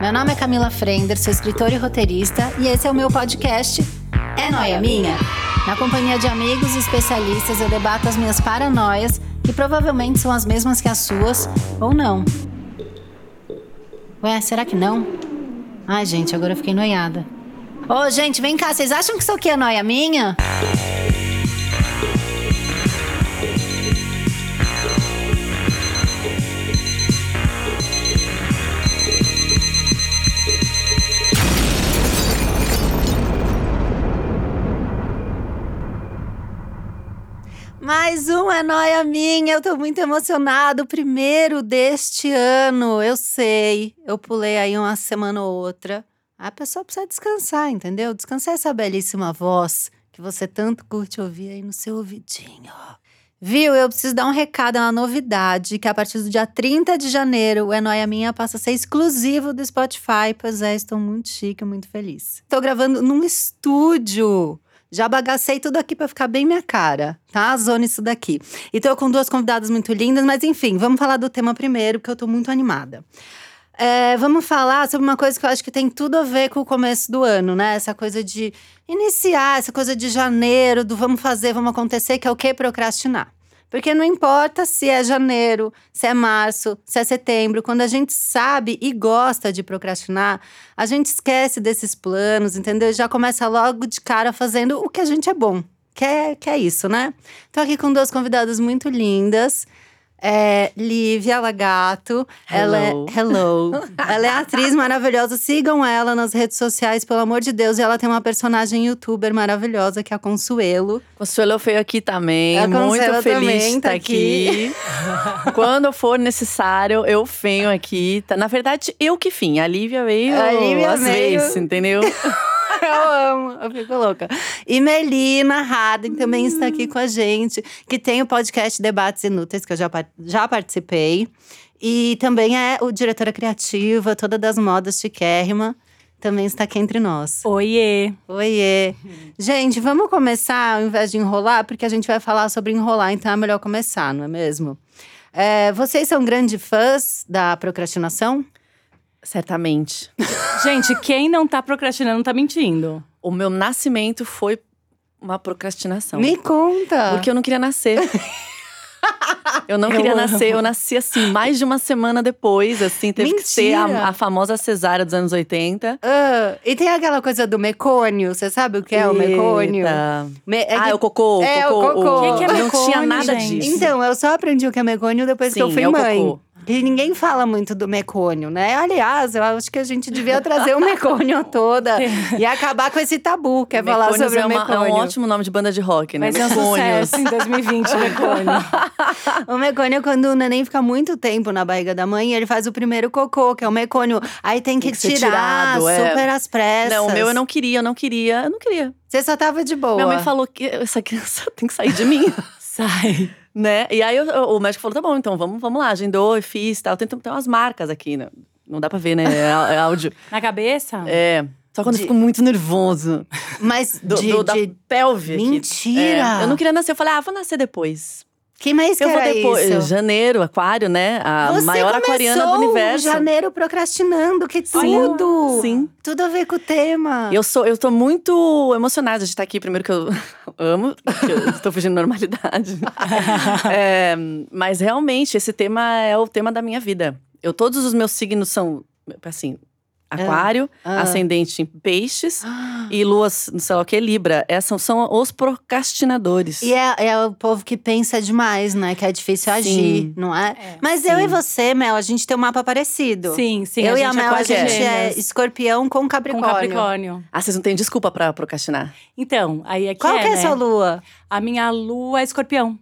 Meu nome é Camila Frender, sou escritora e roteirista, e esse é o meu podcast É Noia Minha. Na companhia de amigos e especialistas, eu debato as minhas paranoias, que provavelmente são as mesmas que as suas, ou não. Ué, será que não? Ai, gente, agora eu fiquei noiada. Ô, gente, vem cá, vocês acham que isso aqui é noia minha? Mais um é noia minha. Eu tô muito emocionado. O primeiro deste ano. Eu sei. Eu pulei aí uma semana ou outra. A pessoa precisa descansar, entendeu? Descansar é essa belíssima voz que você tanto curte ouvir aí no seu ouvidinho. Viu? Eu preciso dar um recado, é uma novidade, que a partir do dia 30 de janeiro, o É Noia Minha passa a ser exclusivo do Spotify. Pois é, estou muito chique, muito feliz. Estou gravando num estúdio. Já bagacei tudo aqui para ficar bem minha cara, tá? Zona isso daqui. E tô com duas convidadas muito lindas, mas enfim, vamos falar do tema primeiro, porque eu tô muito animada. É, vamos falar sobre uma coisa que eu acho que tem tudo a ver com o começo do ano, né? Essa coisa de iniciar, essa coisa de janeiro, do vamos fazer, vamos acontecer, que é o que? Procrastinar. Porque não importa se é janeiro, se é março, se é setembro, quando a gente sabe e gosta de procrastinar, a gente esquece desses planos, entendeu? Já começa logo de cara fazendo o que a gente é bom, que é, que é isso, né? Estou aqui com duas convidadas muito lindas. É, Lívia Lagato, ela é Hello. hello. Ela é atriz maravilhosa. Sigam ela nas redes sociais, pelo amor de Deus. E ela tem uma personagem youtuber maravilhosa que é a Consuelo. Consuelo Feio aqui também. A Consuelo Muito feliz de também tá estar aqui. Quando for necessário, eu venho aqui. Tá- Na verdade, eu que fim. A Lívia veio A Lívia às veio. vezes, entendeu? Eu amo, eu fico louca. E Melina Harden também está aqui com a gente, que tem o podcast Debates Inúteis, que eu já, par- já participei. E também é o diretora criativa, toda das modas chiquérrima. Também está aqui entre nós. Oiê! Oiê! Gente, vamos começar ao invés de enrolar, porque a gente vai falar sobre enrolar, então é melhor começar, não é mesmo? É, vocês são grandes fãs da procrastinação? Certamente. Gente, quem não tá procrastinando tá mentindo. O meu nascimento foi uma procrastinação. Me conta! Então, Porque eu não queria nascer. Eu não Eu queria amo. nascer, eu nasci assim, mais de uma semana depois, assim, teve que ser Mentira! a, a famosa cesárea dos anos 80. Ah, e tem aquela coisa do mecônio, você sabe o que é o mecônio? Eita. Me- é ah, que- é o cocô. É, o cocô. O que que é Não tinha mecônio, nada gente? disso. Então, eu só aprendi o que é mecônio depois que eu Sim, fui é o mãe. cocô. E ninguém fala muito do mecônio, né? Aliás, eu acho que a gente devia trazer o mecônio toda e acabar com esse tabu, que é falar Mecônios sobre é, o uma- é um mecônio. ótimo nome de banda de rock, né? Mas é um Mecônios. sucesso em 2020, Lecone. O mecônio é quando o neném fica muito tempo na barriga da mãe e ele faz o primeiro cocô, que é o mecônio. Aí tem que, Tem que ser tirar tirado, é. super às pressas. Não, o meu eu não queria, eu não queria, eu não queria. Você só tava de boa. Minha mãe falou que essa criança tem que sair de mim, Sai. né? E aí eu- o médico falou: tá bom, então vamos, vamos lá, agendou, eu fiz tal. Tem, tem umas marcas aqui, né? Não dá pra ver, né? É, á- é áudio. Na cabeça? É. Só quando De- eu fico muito nervoso. Mas Do, de, do- da de- pelve aqui. Mentira! É, eu não queria nascer. Eu falei, ah, vou nascer depois. Que mês que eu vou era depois. isso? Janeiro, aquário, né? A Você maior aquariana do começou universo. janeiro procrastinando, que tudo! sim. Tudo a ver com o tema. Eu sou, eu tô muito emocionada de estar aqui. Primeiro que eu amo, que eu estou fugindo da normalidade. É, mas realmente esse tema é o tema da minha vida. Eu todos os meus signos são assim, aquário, Ah. ascendente em peixes Ah. e luas, não sei lá o que, libra. Essas são, são os procrastinadores. E é, é o povo que pensa demais, né? Que é difícil Sim. agir, não é? É. Mas eu Sim. e você, Mel, a gente tem um mapa parecido. Sim, sim. eu a e gente a Mel, a quase gente é gêmeas. escorpião com Com capricórnio. Capricórnio. Ah, vocês não têm desculpa pra procrastinar. Então, aí é que Qual é, que é a né? sua lua? A minha lua é escorpião.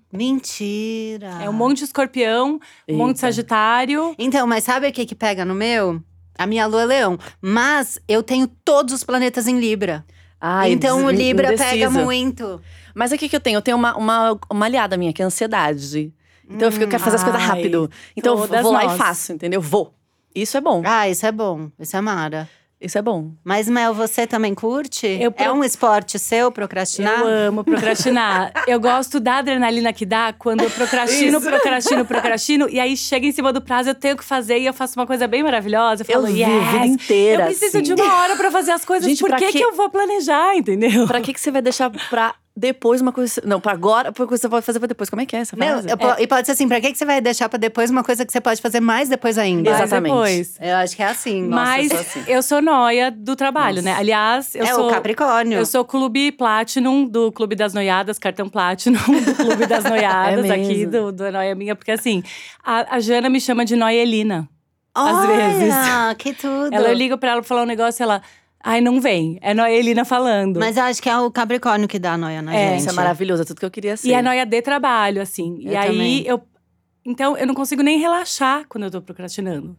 Mentira. É um monte de escorpião, um monte de Eita. sagitário. Então, mas sabe o que que pega no meu? A minha lua é leão. Mas eu tenho todos os planetas em Libra. Ai, então o des- Libra pega indecisa. muito. Mas o que, que eu tenho? Eu tenho uma, uma, uma aliada minha, que é a ansiedade. Então eu fico, eu quero fazer as coisas ai, rápido. Então eu todas vou lá nós. e faço, entendeu? Vou. Isso é bom. Ah, isso é bom. Isso é mara. Isso é bom. Mas, Mel, você também curte? Eu pro- É um esporte seu procrastinar? Eu amo procrastinar. eu gosto da adrenalina que dá quando eu procrastino, procrastino, procrastino. E aí chega em cima do prazo, eu tenho que fazer e eu faço uma coisa bem maravilhosa. Eu falo, vi yes! a vida inteira. eu preciso assim. de uma hora pra fazer as coisas. Gente, Por pra que, quê? que eu vou planejar, entendeu? Pra que, que você vai deixar pra depois uma coisa. Não, pra agora, pra coisa que você pode fazer pra depois. Como é que é essa Não, frase? eu po- E pode ser assim, pra que, que você vai deixar pra depois uma coisa que você pode fazer mais depois ainda? Mas Exato. Exatamente. Depois. Eu acho que é assim. Mas eu eu sou assim. sou, noia do trabalho, né? Aliás, eu é sou. o Capricórnio. Eu sou clube Platinum do Clube das Noiadas, cartão Platinum do Clube das Noiadas, É mesmo. aqui do, do Noia Minha, porque assim, a, a Jana me chama de Noelina. às vezes. Olha, que tudo. Ela, eu ligo pra ela falar um negócio ela, ai, não vem. É Noelina falando. Mas eu acho que é o Capricórnio que dá a noia na É, gente. Isso é maravilhoso, é tudo que eu queria ser. e é noia de trabalho, assim. e Eu aí também. eu. Então eu não consigo nem relaxar quando eu tô procrastinando.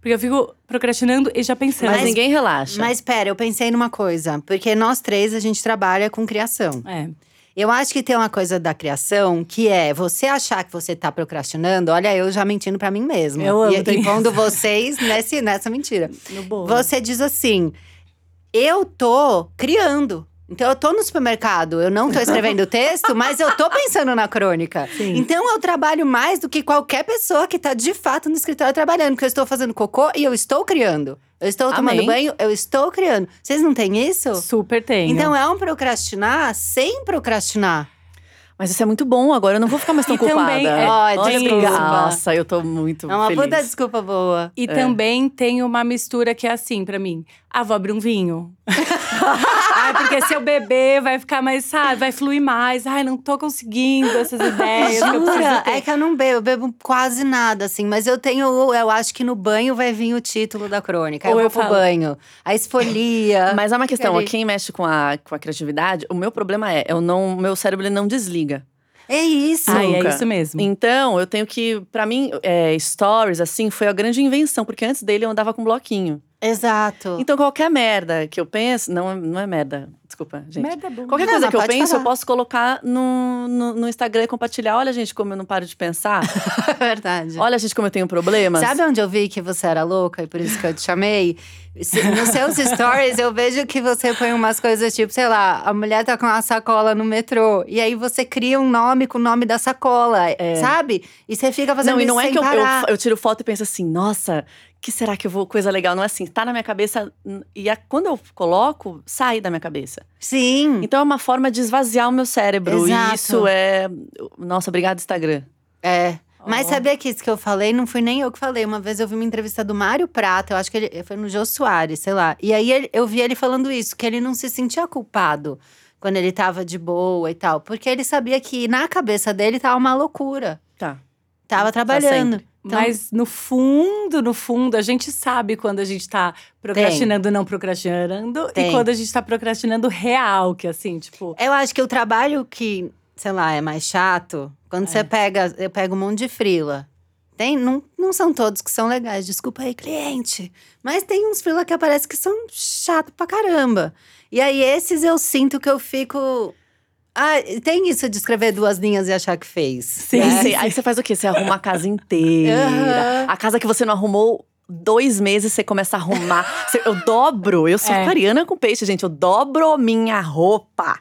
Porque eu fico procrastinando e já pensando. Mas ninguém relaxa. Mas pera, eu pensei numa coisa. Porque nós três, a gente trabalha com criação. É. Eu acho que tem uma coisa da criação que é você achar que você tá procrastinando. Olha, eu já mentindo pra mim mesma. Eu amo, e, tem e pondo vocês nesse, nessa mentira. No bolo. Você diz assim: eu tô criando. Então eu tô no supermercado, eu não tô escrevendo o texto, mas eu tô pensando na crônica. Sim. Então eu trabalho mais do que qualquer pessoa que tá de fato no escritório trabalhando, porque eu estou fazendo cocô e eu estou criando. Eu estou tomando Amém. banho, eu estou criando. Vocês não têm isso? Super tem. Então é um procrastinar sem procrastinar. Mas isso é muito bom, agora eu não vou ficar mais tão E também culpada. é- Ó, Olha, desculpa. Nossa, eu tô muito É uma feliz. puta desculpa boa. E também tem uma mistura que é assim pra mim. Ah, vou abrir um vinho. Ai, porque se eu beber, vai ficar mais, sabe, vai fluir mais. Ai, não tô conseguindo essas ideias. que eu preciso Jura? ter. É que eu não bebo, eu bebo quase nada, assim. Mas eu tenho, eu acho que no banho vai vir o título da crônica. Aí Ou eu eu vou pro falo. banho. A esfolia. Mas é uma questão, Ele- quem mexe com a, com a criatividade, o meu problema é, eu não, meu cérebro ele não desliga. é isso. Ai, nunca. é isso Hum. mesmo. Então, eu tenho que, pra mim, é, stories, assim, foi a grande invenção. Porque antes dele, eu andava com bloquinho. Exato. Então, qualquer merda que eu penso… Não, é- não é merda, desculpa, gente. Merda é bom. Qualquer Não, coisa mas que eu pode penso, falar. eu posso colocar no, no, no Instagram e compartilhar. Olha, gente, como eu não paro de pensar. É verdade. Olha, gente, como eu tenho problemas. Sabe onde eu vi que você era louca e por isso que eu te chamei? Se- Nos seus stories eu vejo que você põe umas coisas tipo, sei lá, a mulher tá com uma sacola no metrô. E aí você cria um nome com o nome da sacola, sabe? É. E você fica fazendo Não, e isso não é sem que eu, eu- parar. eu tiro foto e penso assim, nossa, que será que eu vou… Coisa legal, não é assim. Tá na minha cabeça n- e a- quando eu coloco, sai da minha cabeça. Sim. Então, é uma forma de esvaziar o meu cérebro. Hum. Exato. E isso é… Nossa, obrigada, Instagram. É. Mas Ó. sabia que isso que eu falei, não fui nem eu que falei. Uma vez eu vi uma entrevista do Mário Prata, eu acho que ele foi no Jô Soares, sei lá. E aí ele- eu vi ele falando isso, que ele não se sentia culpado quando ele tava de boa e tal. Porque ele sabia que na cabeça dele tava uma loucura. Tá. Tava trabalhando. Então- Mas no fundo, no fundo, a gente sabe quando a gente tá procrastinando, não procrastinando. Tem. E quando a gente tá procrastinando real, que assim, tipo… Eu acho que o trabalho que, sei lá, é mais chato, quando É. você pega, eu pego um monte de frila. Tem, não, não são todos que são legais, desculpa aí, cliente. Mas tem uns frila que aparece que são chato pra caramba. E aí, esses eu sinto que eu fico. Ah, tem isso de escrever duas linhas e achar que fez. Sim, Aí né? você- Aí você faz o quê? Você arruma a casa inteira. Aham. A casa que você não arrumou dois meses, você começa a arrumar. Você- eu dobro, eu sou É. aquariana com peixe, gente. Eu dobro minha roupa.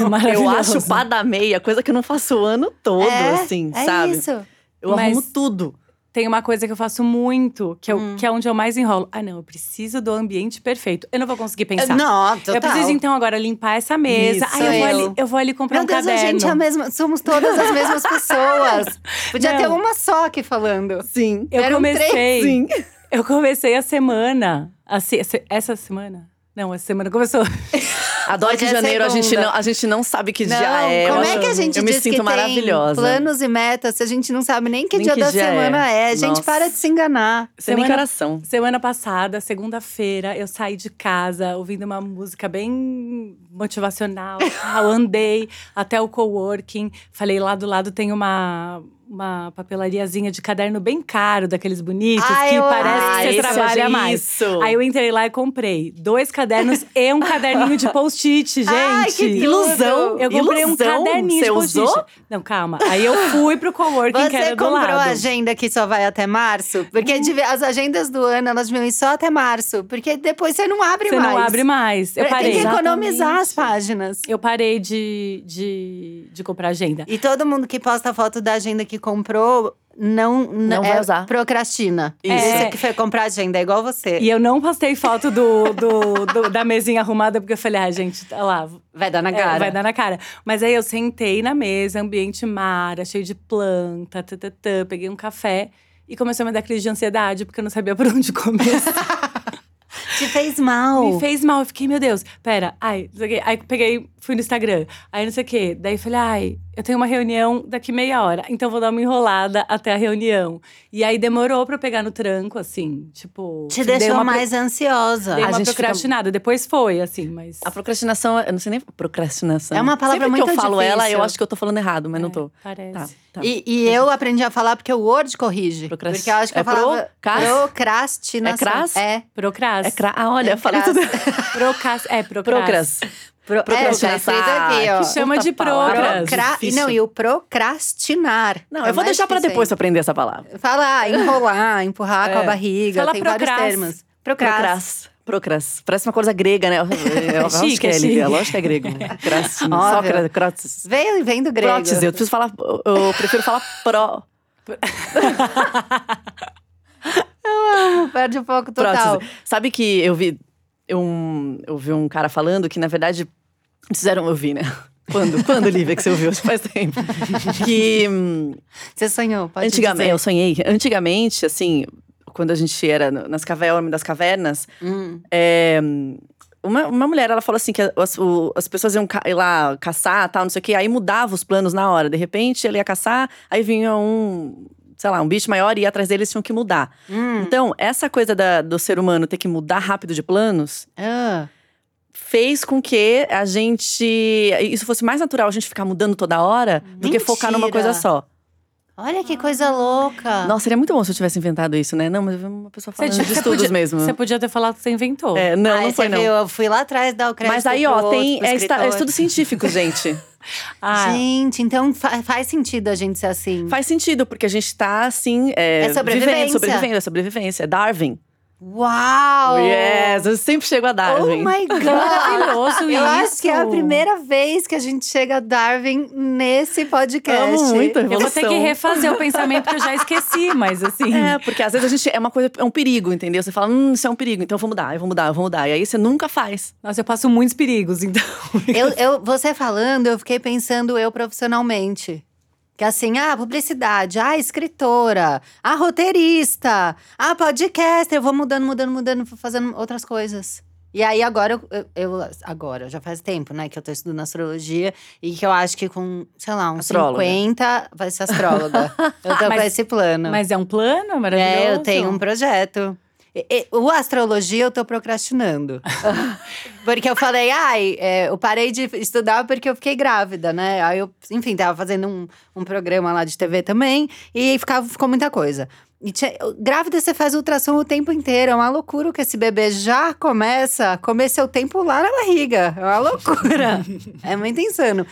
Eu Maravilhoso. acho o pá da meia, coisa que eu não faço o ano todo, É, assim, é sabe? isso. Eu arrumo Mas- tudo. Tem uma coisa que eu faço muito, que, eu- Hum. que é onde eu mais enrolo. Ah, não, eu preciso do ambiente perfeito. Eu não vou conseguir pensar. Não, total. Eu preciso, então, agora limpar essa mesa. Isso, Aí eu, Vou, eu. ali, eu vou ali comprar Meu um Deus, a caderno. gente é a mesma. Somos todas as mesmas pessoas. Podia Não. ter uma só aqui falando. Sim. Eu Eram três, comecei. Sim. Eu comecei a semana. assim, esse- essa semana? Não, essa semana começou. Adoro Hoje que é janeiro a gente, segunda. não, a gente não sabe que dia Não, é. como mas é que a gente Eu me diz que sinto tem maravilhosa. planos e metas se a gente não sabe nem que Nem dia que da dia semana é? é. Gente, Nossa. para de se enganar. Sem nem Semana- coração. Semana passada, segunda-feira, eu saí de casa ouvindo uma música bem motivacional. tal. andei até o coworking. Falei, lá do lado tem uma, uma papelariazinha de caderno bem caro, daqueles bonitos, Ah, que eu- parece Ah, que esse você eu trabalha já- mais. Isso. Aí eu entrei lá e comprei dois cadernos e um caderninho de post-it, gente. Ai, que tudo. Ilusão. Eu comprei um Ilusão? caderninho Você de post-it. usou? Não, calma. Aí eu fui pro coworking que Você era do lado. comprou a agenda que só vai até março? Porque devia- as agendas do ano, elas vão ir só até março. Porque depois você não abre Você mais. não abre mais. Eu Tem parei. que Exatamente. economizar as páginas. Eu parei de, de, de comprar agenda. E todo mundo que posta foto da agenda que comprou, não, Não vai é, usar. procrastina. Isso. Você que foi comprar agenda, é igual você. E eu não postei foto do, do- do- da mesinha arrumada, porque eu falei, ah, gente, tá lá. Vai dar na é, cara. vai dar na cara. Mas aí eu sentei na mesa, ambiente mara, cheio de planta, tã, tã, tã, peguei um café e começou a me dar crise de ansiedade, porque eu não sabia por onde começar. Te fez mal. Me fez mal, eu fiquei, meu Deus, pera, ai, não sei o quê. Aí peguei, fui no Instagram, aí não sei o quê. Daí falei, ai, eu tenho uma reunião daqui meia hora, então vou dar uma enrolada até a reunião. E aí demorou pra eu pegar no tranco, assim, tipo. Te dei deixou uma mais ansiosa. Dei A uma gente fica- Ah, procrastinada, depois foi, assim, mas. A procrastinação, eu não sei nem procrastinação. É uma palavra Sempre muito que eu falo difícil. ela, eu acho que eu tô falando errado, mas não tô. é, Parece. Tá, tá. E, e eu aprendi a falar porque o Word corrige. Procrast- Porque eu acho que é eu falava procras- procrastinação. É cras? É. Procras. É cra... Ah, olha, É eu falei cras- tudo. Procras. É, procras. Procras. Ah, Pro, Procrastinação. É, tá escrito aqui, ó. Que chama Puta de palavra procras. Procra... difícil. Não, e o procrastinar. Não, É eu vou mais deixar pra difícil depois ainda. aprender essa palavra. Falar, enrolar, empurrar com a É. barriga. Fala tem procras. vários termos. Procras. Procras. Procras. Parece uma coisa grega, né? É, Eu acho Chique, que é, é Lívia. chique. Lógico que é grego. Cras. Só Óbvio. cra- crotes. Vem, vem do grego. Prótese. Eu preciso falar. Eu eu prefiro falar pró. Perde o foco total. prótese. Sabe que eu vi um, eu vi um cara falando que, na verdade, eles fizeram. Eu vi, né? Quando? Quando, Lívia, que você ouviu? Acho que Faz tempo. Que. hum, Você sonhou, pode antigamente, dizer. eu sonhei. Antigamente, assim, quando a gente era no- nas cavernas, homem das cavernas, Hum. é, hum, uma, uma mulher, ela falou assim que as, o- as pessoas iam ca- ir lá caçar, tal, não sei o quê. Aí mudava os planos na hora. De repente, ela ia caçar, aí vinha um, sei lá, um bicho maior e ia atrás deles, tinham que mudar. Hum. Então, essa coisa da- do ser humano ter que mudar rápido de planos Ah. fez com que a gente. Isso fosse mais natural a gente ficar mudando toda hora do que focar numa Mentira. coisa só. Olha Ah. que coisa louca. Nossa, seria muito bom se eu tivesse inventado isso, né? Não, mas eu vi uma pessoa falando de estudos podia, mesmo. Você podia ter falado que você inventou. É, não, Ai, não foi, Ah, você não. viu, eu fui lá atrás dar o crédito Mas aí, pro ó, outro, tem. pro É, esta- é escritor. estudo científico, gente. Ah, Gente, então fa- faz sentido a gente ser assim. Faz sentido, porque a gente tá assim. É, É sobrevivência. Vivendo, sobrevivendo, é sobrevivência. É Darwin. Uau! Yes, eu sempre chego a Oh Darwin. my God! maravilhoso isso. Eu acho que é a primeira vez que a gente chega a Darwin nesse podcast. Amo muito a Eu vou evolução. ter que refazer o pensamento que eu já esqueci, mas assim. É, porque às vezes a gente é uma coisa, é um perigo, entendeu? Você fala, hum, isso é um perigo, então eu vou mudar, eu vou mudar, eu vou mudar. E aí você nunca faz. Nossa, eu passo muitos perigos, então. Eu, eu- você falando, eu fiquei pensando eu profissionalmente. Que assim, ah, publicidade, ah, escritora, ah, roteirista, ah, podcast, eu vou mudando, mudando, mudando, vou fazendo outras coisas. E aí agora eu, eu- eu- agora, já faz tempo, né, que eu tô estudando astrologia e que eu acho que com, sei lá, uns Astróloga. 50 vai ser astróloga. eu tô Mas- com esse plano. Mas é um plano maravilhoso. é, eu tenho um projeto. E- e- o astrologia eu tô procrastinando. porque eu falei, ai, é, eu parei de estudar porque eu fiquei grávida, né? Aí eu, enfim, tava fazendo um, um programa lá de TV também e ficava, ficou muita coisa. E tinha- grávida você faz ultrassom o tempo inteiro, é uma loucura que esse bebê já começa a comer seu tempo lá na barriga. É uma loucura. é muito insano.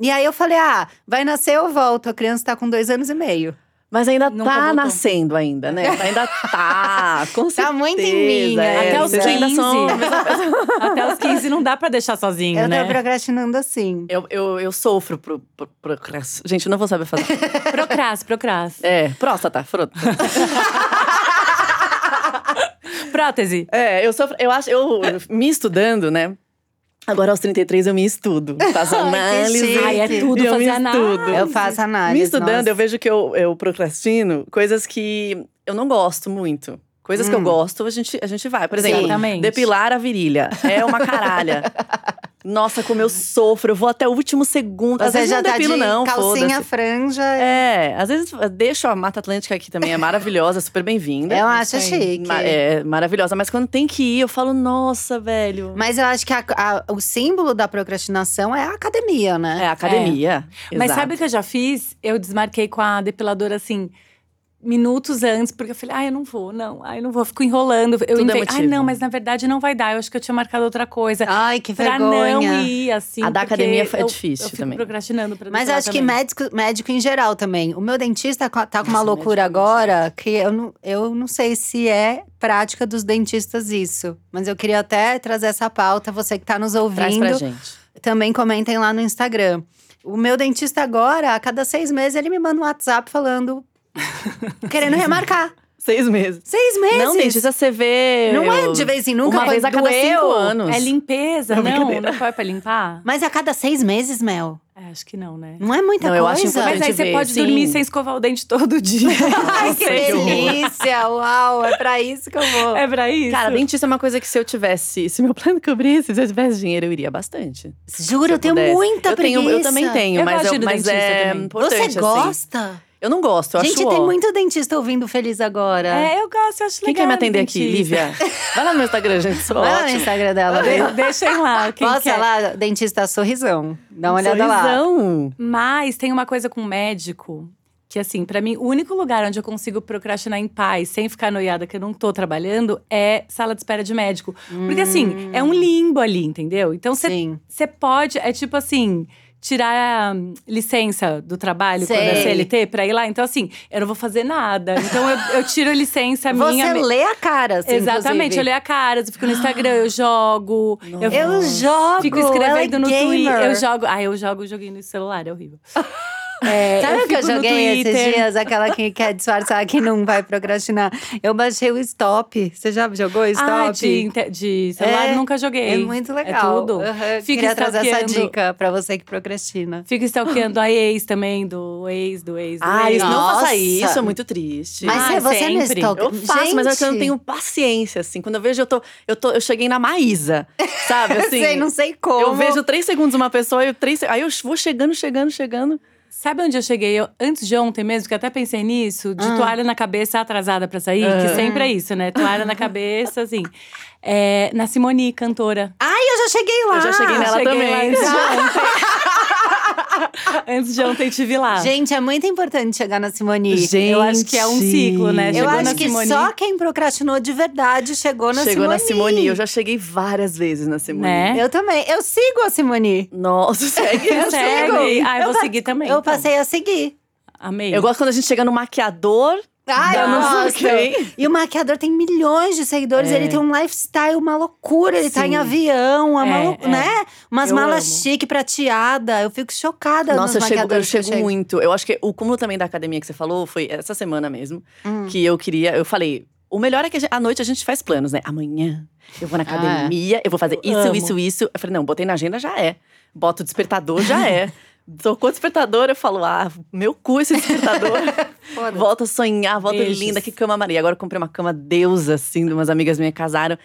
E aí eu falei, ah, vai nascer eu volto, a criança tá com dois anos e meio. Mas ainda Nunca tá voltou. nascendo ainda, né? Ainda tá, com certeza. Tá muito em mim, é, né? Até os vocês 15. ainda são- Até os 15 não dá pra deixar sozinho, Eu né? tô procrastinando assim. Eu, eu, eu sofro pro, pro, procras- Gente, eu não vou saber fazer. Procras, procras. É, próstata, fruta. Prótese. É, eu sofro. Eu acho, eu me estudando, né? Agora aos 33 eu me estudo. Faço Ai, que análise. chique. Ai, é tudo e eu fazer me análise. estudo. Eu faço análise. Me estudando, nossa. eu vejo que eu, eu procrastino coisas que eu não gosto muito. Coisas que eu Hum. gosto, a gente, a gente vai. Por exemplo, Sim. Exatamente. depilar a virilha. É uma caralha. Nossa, como eu sofro, eu vou até o último segundo. Às Você vezes já não tá depilo, de não, calcinha foda-se. franja. É, É, às vezes eu deixo a Mata Atlântica aqui também, é maravilhosa, super bem-vinda. eu acho isso aí. É chique. É, Ma- É, maravilhosa. Mas quando tem que ir, eu falo, nossa, velho. Mas eu acho que a- a- o símbolo da procrastinação é a academia, né? É, academia. É. Mas exato. sabe o que eu já fiz? Eu desmarquei com a depiladora assim. Minutos antes, porque eu falei, ai, eu não vou, não, ai, eu não vou, eu fico enrolando. Eu Tudo é inventei, ai, motivo. Ah, não, mas na verdade não vai dar, eu acho que eu tinha marcado outra É. coisa. Ai, que pra vergonha. não ir, assim. A da porque academia é eu- difícil eu fico também. procrastinando pra Mas depilar acho que também. médico, médico em geral também. O meu dentista co- tá com uma Nossa, loucura médico é muito agora que eu não, eu não sei se é prática dos dentistas isso. Mas eu queria até trazer essa pauta, você que tá nos Traz pra ouvindo. gente. Também comentem lá no Instagram. O meu dentista agora, a cada seis meses, ele me manda um WhatsApp falando. querendo remarcar. Seis meses. Seis meses! Não, dentista, você vê. Não é eu- de vez em nunca, uma foi vez a cada doeu. cinco anos. É limpeza, Não, não? brincadeira. Não foi pra limpar? Mas a cada seis meses, Mel. É, acho que não, né? Não é muita Não, eu coisa. acho Mas importante. aí gente você vê, pode sim. dormir sem escovar o dente todo dia. Ai, que sei, que horror. delícia! Uau, é pra isso que eu vou. é pra isso? Cara, dentista é uma coisa que se eu tivesse. Se meu plano cobrisse, se eu tivesse dinheiro, eu iria bastante. Juro, eu tenho pudesse. muita eu preguiça. Tenho, eu também tenho, Eu mas, gosto de ir eu, no mas dentista é também. Você importante. assim. gosta? Eu não gosto, eu Gente, acho tem ó. muito dentista ouvindo Feliz agora. É, eu gosto, eu acho Quem legal. quer me atender dentista. aqui, Lívia? Vai lá no meu Instagram, gente. Sou Vai lá no ótima. Instagram dela. vê. De- Deixem lá, quem Posta quer. lá, dentista sorrisão. Dá uma olhada lá. Sorrisão. Mas tem uma coisa com médico que, assim, pra mim, o único lugar onde eu consigo procrastinar em paz, sem ficar noiada que eu não tô trabalhando, é sala de espera de médico. Porque, assim, Hum. é um limbo ali, entendeu? Então, você Hum, Sim. pode. É tipo assim. Tirar hum, licença do trabalho quando é Sei. CLT pra ir lá. Então, assim, eu não vou fazer nada. Então, eu, eu tiro a licença minha. Você lê a cara, assim, é Exatamente, eu inclusive. leio a cara, eu fico no Instagram, eu jogo. Eu, Eu jogo, Fico ela é escrevendo no Twitter. gamer. Eu jogo. Ah, eu jogo joguinho no celular, é horrível. É, Sabe o que eu fico no joguei esses Twitter. dias? Aquela que quer disfarçar que não vai procrastinar. Eu baixei o Stop. Você já jogou o Stop? Ah, de, inte- de celular É, nunca joguei. É muito legal. É tudo. Uhum. Fica Queria trazer essa stalkeando. dica pra você que procrastina. Fico stalkeando a ex também, do ex, do ex, do Ah, ex. isso, não Nossa. faça isso, é muito triste. Mas é, Ai, você não sempre. stalker. Eu faço, mas é que eu não Gente, tenho paciência, assim. Quando eu vejo, eu tô. Eu, tô, eu cheguei na Maísa, sabe? Assim, sei, não sei como. Eu vejo três segundos uma pessoa, eu três, aí eu vou chegando, chegando, chegando. Sabe onde eu cheguei? Eu, antes de ontem mesmo, que eu até pensei nisso, de Ah. toalha na cabeça atrasada pra sair, que Ah. sempre é isso, né? Toalha na cabeça, assim. É, na Simoni, cantora. Ah, Ai, eu já cheguei lá. Eu já cheguei nela cheguei também. lá antes de ontem. antes de ontem tive lá. Gente, é muito importante chegar na Simoni. Gente, eu acho que é um ciclo, né? eu chegou acho na que Simoni. só quem procrastinou de verdade chegou na Chegou Simoni. na Simone, eu já cheguei várias vezes na Simone. É? Né? Eu também. Eu sigo a Simoni. Nossa, segue. Eu segue. Ah, eu, Eu vou pa- seguir também. Eu então. passei a seguir. Amei. Eu gosto quando a gente chega no maquiador. Ai, da- eu não gosto. sei. E o maquiador tem milhões de seguidores, um É. ele tem um lifestyle, uma loucura, ele tá Sim. em avião, é É, uma lou- é. né? Umas Eu malas amo. chique, prateada. Eu fico chocada nos Nossa, eu chego, eu maquiadores que chego chegam. muito. Eu acho que o cúmulo também da academia que você falou foi essa semana mesmo. Hum. Que eu queria. Eu falei. O melhor é que a gente- à noite a gente faz planos, né? Amanhã eu vou na Ah, é. academia, eu vou fazer Eu isso, amo. isso, isso. Eu falei, não, botei na agenda, já é. Boto o despertador, já é. Tocou o despertador, eu falo, ah, meu cu esse despertador. Foda. Volta a sonhar, volta Beijos. linda, que cama maria. Agora eu comprei uma cama deusa, assim, de umas amigas minhas que casaram,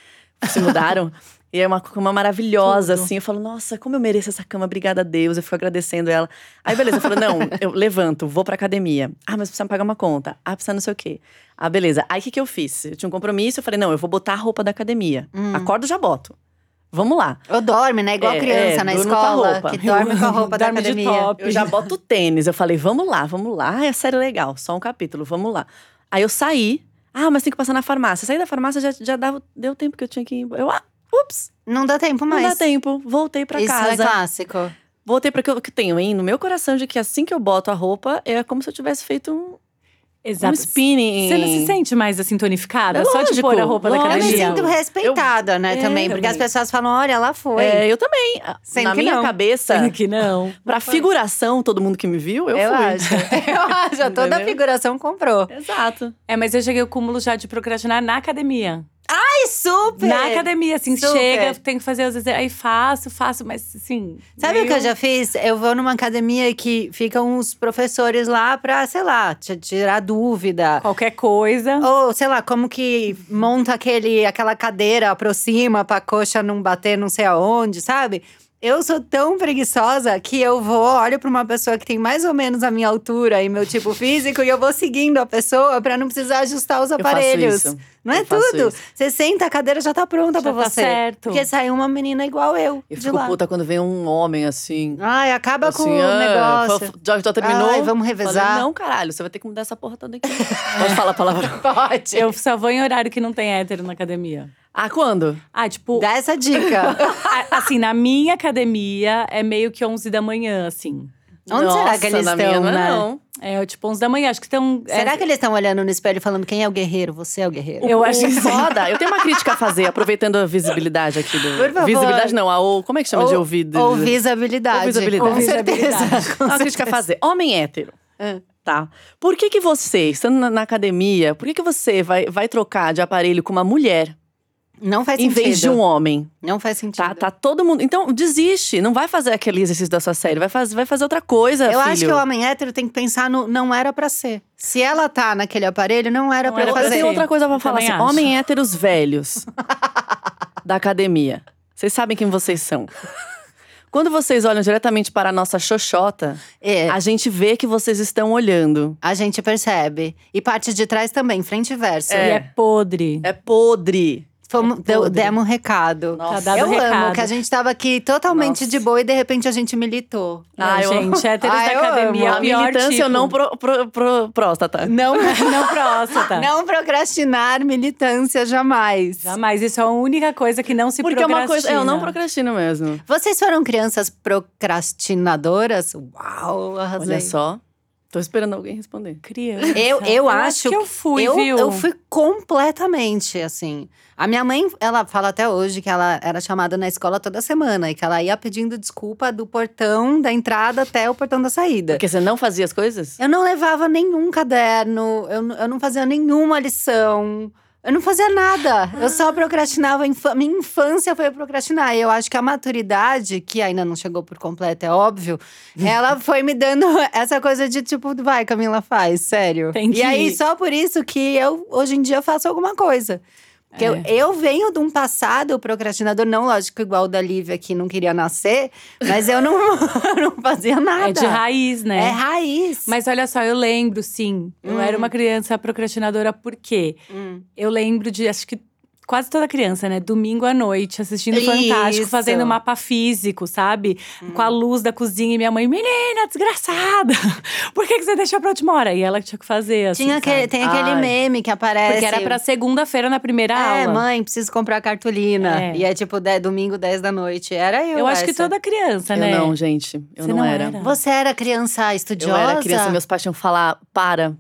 se mudaram. e é uma cama maravilhosa, Tudo. assim. Eu falo, nossa, como eu mereço essa cama, obrigada a Deus. Eu fico agradecendo ela. Aí, beleza, eu falo, não, eu levanto, vou pra academia. Ah, mas precisa pagar uma conta. Ah, precisa não sei o quê. Ah, beleza. Aí, o que, que eu fiz? Eu tinha um compromisso, eu falei, não, eu vou botar a roupa da academia. Hum. Acordo, já boto. Vamos lá. Ou dorme, né? Igual É, criança é, na durmo com a escola, roupa. que dorme com a roupa da Dorme de academia. top. Eu já boto o tênis. Eu falei, vamos lá, vamos lá. Ah, é série legal, só um capítulo, vamos lá. Aí eu saí. Ah, mas tem que passar na farmácia. Saí da farmácia, já, já dava, deu tempo que eu tinha que ir embora. Eu, ah, ups, Não dá tempo não mais. dá tempo. Voltei pra Isso é casa. clássico. Voltei pra que eu que tenho, hein? No meu coração, de que assim que eu boto a roupa, é como se eu tivesse feito um, um Exato. spinning. Você não se sente mais assim tonificada? É só de lógico, pôr a roupa lógico. da Eu me academia? sinto respeitada, né, É, também. Porque também. as pessoas falam, olha, lá foi. É, eu também. Sem na que minha não. cabeça, Que não. pra figuração, todo mundo que me viu, eu, fui. acho. Eu acho. Toda a Entendeu? figuração comprou. Exato. É, mas eu cheguei ao cúmulo já de procrastinar na academia. É Ai, super! Na academia, assim, Super. chega, tem que fazer os exercícios. Aí faço, faço, mas assim. Sabe o que eu já fiz? Eu vou numa academia que ficam uns professores lá pra, sei lá, te- tirar dúvida. Qualquer coisa. Ou, sei lá, como que monta aquele, aquela cadeira, aproxima pra coxa não bater não sei aonde, sabe? Eu sou tão preguiçosa que eu vou, olho pra uma pessoa que tem mais ou menos a minha altura e meu tipo físico e eu vou seguindo a pessoa pra não precisar ajustar os Eu faço aparelhos. isso. Não é Eu faço tudo. isso. Você senta, a cadeira já tá pronta Já pra tá você. certo. Porque assim, sai uma menina igual eu. Eu de fico lá. puta quando vem um homem assim. Ai, acaba com assim, o "Ah, negócio. Jorge, já terminou? Ai, vamos Falei, revezar. não, caralho, você vai ter que mudar essa porra toda aqui. Pode falar a palavra. Pode. Eu só vou em horário que não tem hétero na academia. Ah, quando? Ah, tipo, Dá essa dica. a- assim, na minha academia é meio que 11 da manhã, assim. Onde será que Nossa, eles na minha estão, não é né? não. É tipo 11 da manhã, acho que é, estão. Será que eles estão olhando no espelho e falando quem é o guerreiro? Você é o guerreiro. Eu O acho que sim. foda. Eu tenho uma crítica a fazer, aproveitando a visibilidade aqui do. Por favor. Visibilidade não, a o- como é que chama de Ou- ouvido? Ou visibilidade. Ou visibilidade. Com certeza. Com uma certeza. É. crítica a fazer. Homem hétero. Tá. Por que que você, estando na, na academia, por que que você vai, vai trocar de aparelho com uma mulher Não faz em sentido. vez de um homem? Não faz sentido. Tá, tá todo mundo. Então, desiste. Não vai fazer aquele exercício da sua série. Vai, faz, vai fazer outra coisa. Eu tá, filho. acho que o homem hétero tem que pensar no não era pra ser. Se ela tá naquele aparelho, não era Não pra eu era Eu, pra eu fazer. tenho outra coisa pra Eu falar. também Assim, acho. homem héteros velhos da academia. Vocês sabem quem vocês são. Quando vocês olham diretamente para a nossa xoxota, É, a gente vê que vocês estão olhando. a gente percebe. E parte de trás também, frente e verso. E é podre. É podre. Fomos, é deu- podre. demos um recado. Nossa. um Tá dado eu o recado. amo que a gente tava aqui totalmente Nossa. de boa e de repente a gente militou. Ah, Ai, eu amo. gente, héteros Ah, da eu academia é a o pior militância tipo. eu não pro, pro, pro- próstata. Não, Não próstata. não procrastinar militância jamais. Jamais, isso é a única coisa que não se Porque é uma coisa. é, Eu não procrastina. procrastino mesmo. Vocês foram crianças procrastinadoras? Uau, arrasei. Olha só. Tô esperando alguém responder. Criança. Eu- eu acho que eu fui, eu, viu? eu fui completamente, assim. A minha mãe, ela fala até hoje que ela era chamada na escola toda semana e que ela ia pedindo desculpa do portão da entrada até o portão da saída. Porque você não fazia as coisas? Eu não levava nenhum caderno, eu, n- eu não fazia nenhuma lição. Eu não fazia nada. Eu só procrastinava. a infa- Minha infância foi procrastinar. E eu acho que a maturidade, que ainda não chegou por completo, é óbvio, ela foi me dando essa coisa de tipo, vai, Camila, faz, sério. Tem que e aí, ir. só por isso que eu, hoje em dia, faço alguma coisa. Porque É. eu, eu venho de um passado procrastinador, não lógico, igual o da Lívia, que não queria nascer, mas eu não, não fazia nada. É de raiz, né? É raiz. Mas olha só, eu lembro, sim. Eu Hum. era uma criança procrastinadora, por quê? Hum. Eu lembro de, acho que quase toda criança, né? Domingo à noite, assistindo Fantástico, Isso. Hum. fazendo mapa físico, sabe? Hum. Com a luz da cozinha e minha mãe, menina, desgraçada! Por que, que você deixou pra última hora? E ela que tinha que fazer, assim, Tinha aquele, sabe? tem aquele Ai. meme que aparece. Porque era pra segunda-feira na primeira É, aula. mãe, preciso comprar cartolina. É. E é tipo dez- domingo, 10 da noite. Era eu. Eu acho que essa. toda criança, eu né? não, gente. Eu Você não era. era? Você era criança Eu estudiosa? era criança, meus pais tinham que falar, para.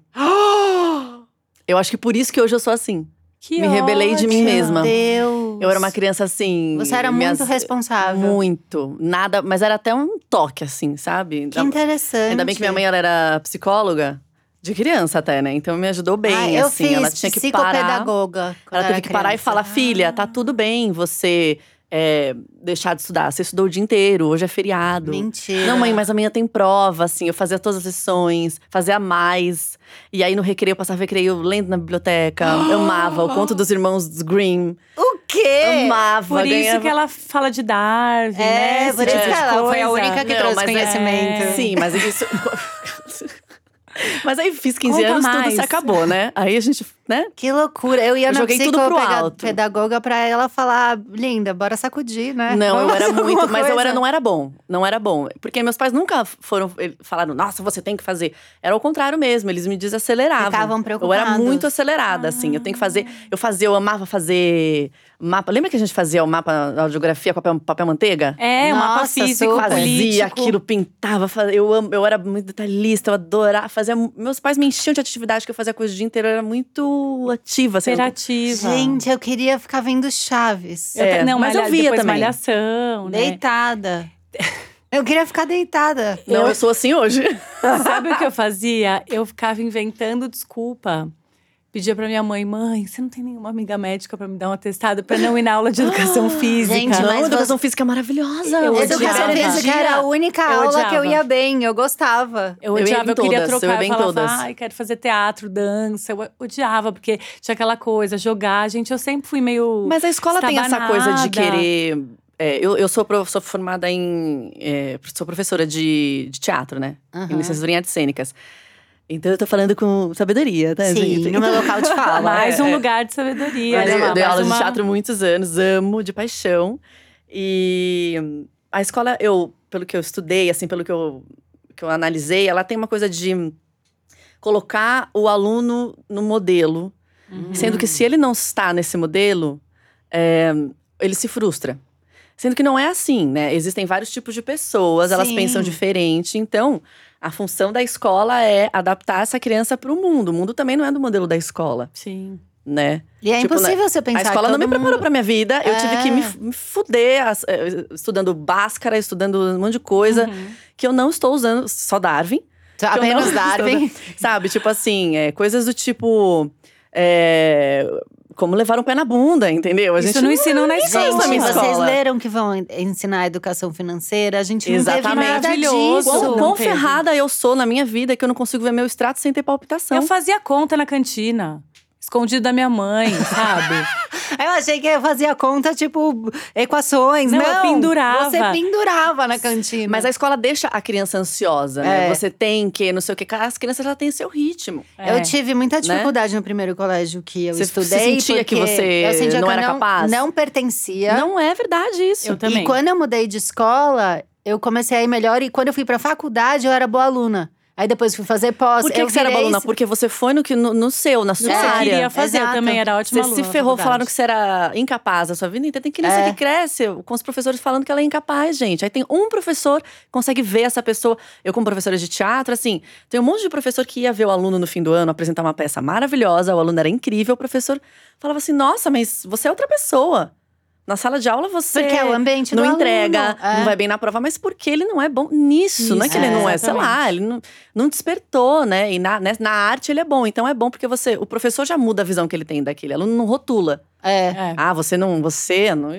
Eu acho que por isso que hoje eu sou assim. Que Me rebelei de mim ótimo. mesma. Meu Deus. Eu era uma criança assim. Você era minhas- muito responsável. Muito. Nada, mas era até um toque, assim, sabe? Que interessante. Ainda bem que minha mãe ela era psicóloga de criança até, né? Então me ajudou bem. ah, eu assim, fiz ela tinha que parar. psicopedagoga. quando Ela teve era que parar e criança. falar: filha, tá tudo bem você é, deixar de estudar. Você estudou o dia inteiro, hoje é feriado. Mentira. Não, mãe, mas amanhã tem prova, assim. Eu fazia todas as lições, fazia mais. E aí no recreio, eu passava recreio lendo na biblioteca. Eu amava o conto dos irmãos Grimm. O quê? Amava, Por isso ganhava. que ela fala de Darwin, né? É, Esse por isso tipo que de ela foi a coisa. única que Não, trouxe mas é- conhecimento. É. Sim, mas isso. mas aí fiz 15 Conta anos, tudo mais. se acabou, né? Aí a gente, né? Que loucura. Eu ia Eu na joguei tudo pro psicopeda- alto. pedagoga pra ela falar, "Ah, linda, bora sacudir, né? Não, eu Vamos era fazer muito, alguma mas eu coisa." era, não era bom. Não era bom. Porque meus pais nunca foram. ele- Falaram, nossa, você tem que fazer. Era o contrário mesmo, eles me desaceleravam. Ficavam eu preocupados. Ah. era muito acelerada, assim. Eu tenho que fazer. Eu fazia, eu amava fazer mapa. Lembra que a gente fazia o mapa da geografia, papel, papel manteiga? É, um mapa Nossa, físico, super. Fazia político. aquilo, pintava, fa- eu, amo- eu era muito detalhista, eu adorava. Fazia, meus pais me enchiam de atividade que eu fazia coisa o dia inteiro, eu era muito ativa. Assim, eu- Interativa. Gente, eu queria ficar vendo Chaves. Eu É, ta- não, mas eu malha- via depois também. malhação, né? Deitada. eu queria ficar deitada. Não, eu sou assim hoje. Sabe o que eu fazia? Eu ficava inventando desculpa. Pedia pra minha mãe, mãe, você não tem nenhuma amiga médica pra me dar um atestado pra não ir na aula de educação física? Gente, não, mas educação física é maravilhosa. Eu odiava. Educação odiava. física era a única Eu aula que eu odiava. ia bem, eu gostava. Eu Eu ia odiava, em eu, queria todas, eu ia trocar, eu, bem em falava, todas. ai, quero fazer teatro, dança. Eu odiava, porque tinha aquela coisa, jogar. Gente, eu sempre fui meio… Mas a escola tem essa coisa de Estabanada. querer é, eu, eu sou, pro- sou formada em. é, sou professora de, de teatro, né? Em Aham. licenciatura em artes cênicas. Então eu tô falando com sabedoria, tá? Sim, gente? no meu local de fala. Mais é, um é. lugar de sabedoria. Eu Olha né? dei, lá, eu dei Mais aula uma- de teatro muitos anos, amo de paixão. E hum, a escola, eu, pelo que eu estudei, assim, pelo que eu, que eu analisei, ela tem uma coisa de hum, colocar o aluno no modelo, Uhum. sendo que se ele não está nesse modelo, é, ele se frustra. Sendo que não é assim, né? Existem vários tipos de pessoas, elas Sim. pensam diferente. Então, a função da escola é adaptar essa criança para o mundo. O mundo também não é do modelo da escola, Sim. né? E é Tipo, impossível você pensar A escola que não me todo preparou mundo- pra minha vida. Eu tive que me, É. me fuder as- eh, estudando Bhaskara, estudando um monte de coisa Uhum. que eu não estou usando, só Darwin, Tá, que eu Apenas não- Darwin. sabe? tipo assim, eh, coisas do tipo. eh, como levar um pé na bunda, entendeu? A Isso gente é não ensinam na isso escola. na Gente, minha vocês escola. leram que vão en- ensinar a educação financeira? A gente não Exatamente. teve nada Maravilhoso. disso. Quão, não quão teve. ferrada eu sou na minha vida que eu não consigo ver meu extrato sem ter palpitação. Eu fazia conta na cantina, escondido da minha mãe, sabe? Eu achei que eu fazia conta, tipo, equações. Não, Não, eu pendurava. Você pendurava na cantina. Mas a escola deixa a criança ansiosa, né? né? É. Você tem que, não sei o que. As crianças já têm seu ritmo. Eu É. tive muita dificuldade no primeiro colégio que eu Né? Você estudei. sentia que porque você eu sentia não que eu era capaz? Não pertencia. Não é verdade isso. Eu também. E quando eu mudei de escola, eu comecei a ir melhor. E quando eu fui pra faculdade, eu era boa aluna. Aí depois fui fazer pós. Por que, eu que você era virei- baluna? Porque você foi no, que, no, no seu, na Você sua É. área. queria fazer, eu exato. também era ótima Você aluna se na ferrou, faculdade. falaram que você era incapaz a sua vida inteira. Tem criança É. que cresce com os professores falando que ela é incapaz, gente. Aí tem um professor que consegue ver essa pessoa. Eu, como professora de teatro, assim, tem um monte de professor que ia ver o aluno no fim do ano apresentar uma peça maravilhosa, o aluno era incrível, o professor falava assim: nossa, mas você é outra pessoa. Na sala de aula você Porque é o ambiente não do entrega, aluno. É. não vai bem na prova, mas porque ele não é bom nisso, não é Isso, que ele não é, exatamente. sei lá, ele não, não despertou, né? E na, né, na arte ele é bom, então é bom porque você, o professor já muda a visão que ele tem daquele aluno, não rotula. É. É. Ah, você não, você não,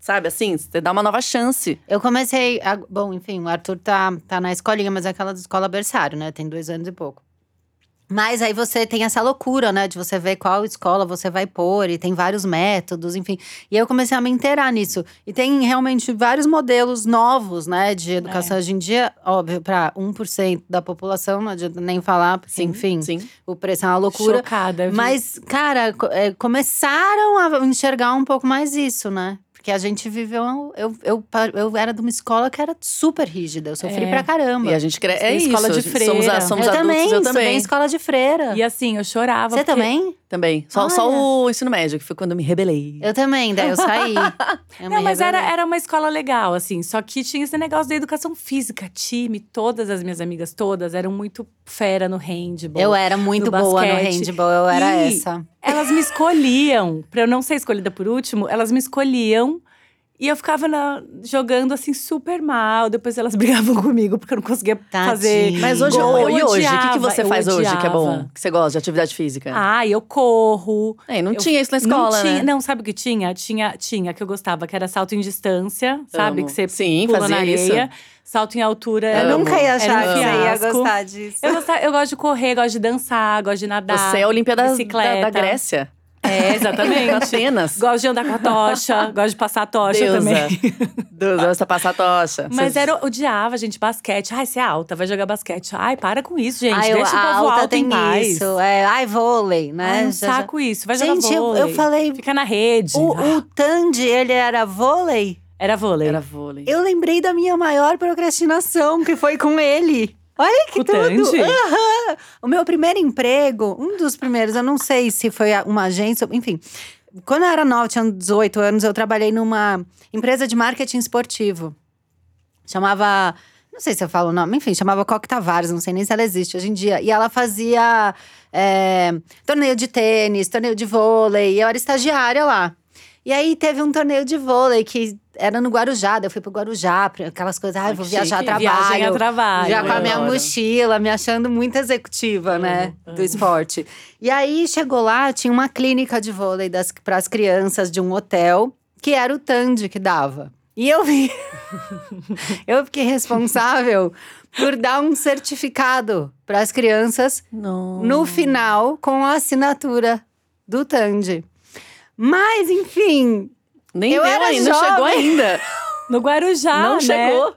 sabe assim, você dá uma nova chance. Eu comecei. a- bom, enfim, o Arthur tá, tá na escolinha, mas é aquela da escola berçário, né? Tem dois anos e pouco. Mas aí você tem essa loucura, né? De você ver qual escola você vai pôr, e tem vários métodos, enfim. E eu comecei a me inteirar nisso. E tem realmente vários modelos novos, né? De educação É. hoje em dia. Óbvio, para 1% da população, não adianta nem falar, porque, enfim, sim. o preço é uma loucura. Chocada. eu vi. Mas, cara, co- é, começaram a enxergar um pouco mais isso, né? Porque a gente viveu. Eu, eu, pa- eu era de uma escola que era super rígida. Eu sofri É. pra caramba. E a gente cresce, é Tem escola isso, de a gente- somos, a- freira. somos eu adultos, também, eu estudei em também, escola de freira. E assim, eu chorava. Você porque- também? também. Só, só Olha. o ensino médio, que foi quando eu me rebelei. Eu também, daí eu saí. é Eu me Não, mas era, rebelei. era uma escola legal, assim. Só que tinha esse negócio da educação física, time. Todas as minhas amigas, todas, eram muito fera no handball. Eu era muito no boa no basquete. handball, eu era E- essa. Elas me escolhiam, pra eu não ser escolhida por último, elas me escolhiam. E eu ficava na- jogando, assim, super mal. Depois elas brigavam comigo, porque eu não conseguia fazer… Tadinha. Mas hoje, Gol, eu e hoje, o que, que odiava, você eu faz hoje que é bom? odiava. Que você gosta de atividade física? Ah, eu corro. É, não eu- tinha isso na escola, não tinha, né? não, sabe o que tinha? Tinha, tinha que eu gostava, que era salto em distância, sabe? Amo. Que você Sim, pula fazia na isso. areia. Salto em altura. Eu Amo. nunca ia era achar um que você ia fiasco. gostar disso. Eu, gostava- eu gosto de correr, gosto de dançar, gosto de nadar. Você é a Olimpíada da, da, da bicicleta. Grécia. É, exatamente. Atenas. gosto de andar com a tocha, gosto de passar a tocha Deusa. também. Deusa, você passar a tocha. Mas Você- era, odiava, gente, basquete. Ai, você é alta, vai jogar basquete. Ai, para com isso, gente. Ai, eu- Deixa o a povo alta alto tem em paz. isso. É, ai, vôlei, né? Ai, um Já- já- saco isso. Vai Gente, jogar eu- vôlei. eu falei Fica na rede. O, o Tandy, ele era vôlei? Era vôlei. Era vôlei. Eu lembrei da minha maior procrastinação, que foi com ele. Olha É que O tudo! Tandy? Aham! O meu primeiro emprego, um dos primeiros, eu não sei se foi a- uma agência, enfim. Quando eu era nova, tinha 18 anos, eu trabalhei numa empresa de marketing esportivo. Chamava. Não sei se eu falo o nome, enfim, chamava Coque Tavares, não sei nem se ela existe hoje em dia. E ela fazia é, torneio de tênis, torneio de vôlei, e eu era estagiária lá. E aí teve um torneio de vôlei que era no Guarujá, daí eu fui pro Guarujá, pra- aquelas coisas, ah, Ai, eu vou que viajar a chique. trabalho. Viagem a trabalho. Já com a eu minha adoro. mochila, me achando muito executiva, né? Do esporte. E aí chegou lá, tinha uma clínica de vôlei para as crianças de um hotel, que era o Tandy que dava. E eu vi. eu fiquei responsável por dar um certificado para as crianças Não. no final com a assinatura do Tandy. Mas, enfim, Nem eu deu era ainda, não chegou jovem. Ah, ainda. No Guarujá, não né? chegou.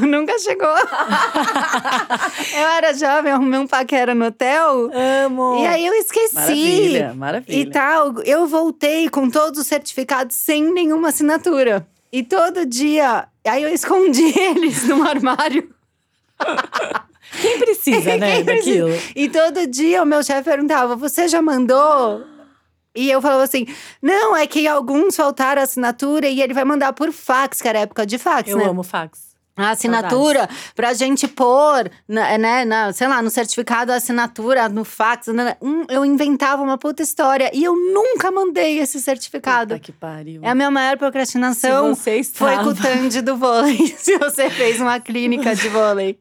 Nunca chegou. eu era jovem, arrumei um paquera no hotel. Amo. E aí eu esqueci. Maravilha, maravilha. E tá tal, eu voltei com todos os certificados sem nenhuma assinatura. E todo dia, aí eu escondi eles num armário. Quem precisa, né, Quem precisa? daquilo? E todo dia o meu chefe perguntava: Você já mandou? E eu falava assim: Não, é que alguns faltaram a assinatura e ele vai mandar por fax, que era época de fax, Eu né? amo fax. A assinatura pra gente pôr, na- né, na, sei lá, no certificado, a assinatura, no fax. né, né. Hum, eu inventava uma puta história e eu nunca mandei esse certificado. Puta que pariu. É a minha maior procrastinação. Se você Então, Foi estava... com o Tandy do vôlei. Se você fez uma clínica de vôlei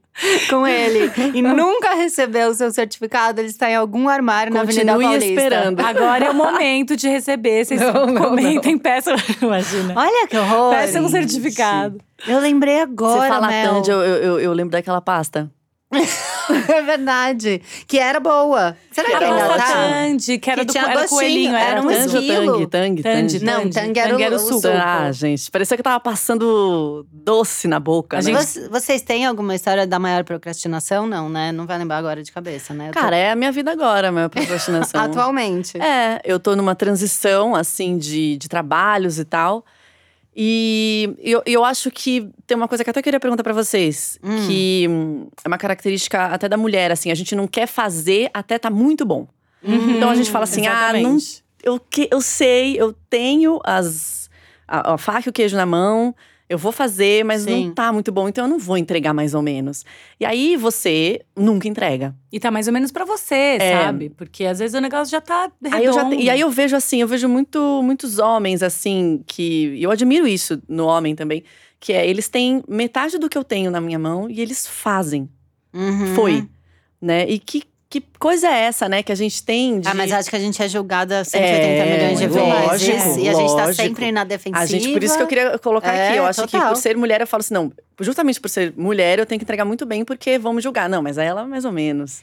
com ele e nunca recebeu o seu certificado, ele está em algum armário na Avenida Continue Paulista. esperando. Agora é o momento de receber. Vocês Não, não, comentem, peçam. Imagina. Olha que horror. Peçam um gente. certificado. Eu lembrei agora, Você fala Mel. Tandy, eu, eu, eu- eu lembro daquela pasta. É verdade. Que era boa. Será que Era ainda boa, tá? Tandy. Tandy, que era Que do tinha era o gostinho, coelhinho. era um Tandy ou esquilo. Tandy? Tandy, Tandy, Não, Tandy era o- o suco. Ah, gente, parecia que eu tava passando doce na boca, A né? gente- Voc- Vocês têm alguma história da maior procrastinação? Não, né? Não vai lembrar agora de cabeça, né? Eu tô- Cara, é a minha vida agora, minha procrastinação. atualmente. É, eu tô numa transição, assim, de, de trabalhos e tal. E eu, eu acho que tem uma coisa que eu até queria perguntar pra vocês, Hum. que hum, é uma característica até da mulher, assim, a gente não quer fazer até tá muito bom. Então a gente fala assim, ah, não, Exatamente. eu, que, eu sei, eu tenho as a, a faca e o queijo na mão, eu vou fazer, mas Sim. não tá muito bom, então eu não vou entregar mais ou menos. E aí você nunca entrega. E tá mais ou menos pra você, É. sabe? Porque às vezes o negócio já tá É redondo. Aí eu já te- e aí eu vejo assim, eu vejo muito, muitos homens assim, que. e Eu admiro isso no homem também, que é eles têm metade do que eu tenho na minha mão e eles fazem, Uhum. foi. né? E que, que coisa é essa, né? Que a gente tem de. Ah, mas acho que a gente é julgada 180 É, milhões de lógico, vezes. E a gente tá lógico. sempre na defensiva. A gente, por isso que eu queria colocar É, aqui. Eu acho que total. por ser mulher, eu falo assim, não, justamente por ser mulher, eu tenho que entregar muito bem, porque vão me julgar. Não, mas ela é mais ou menos.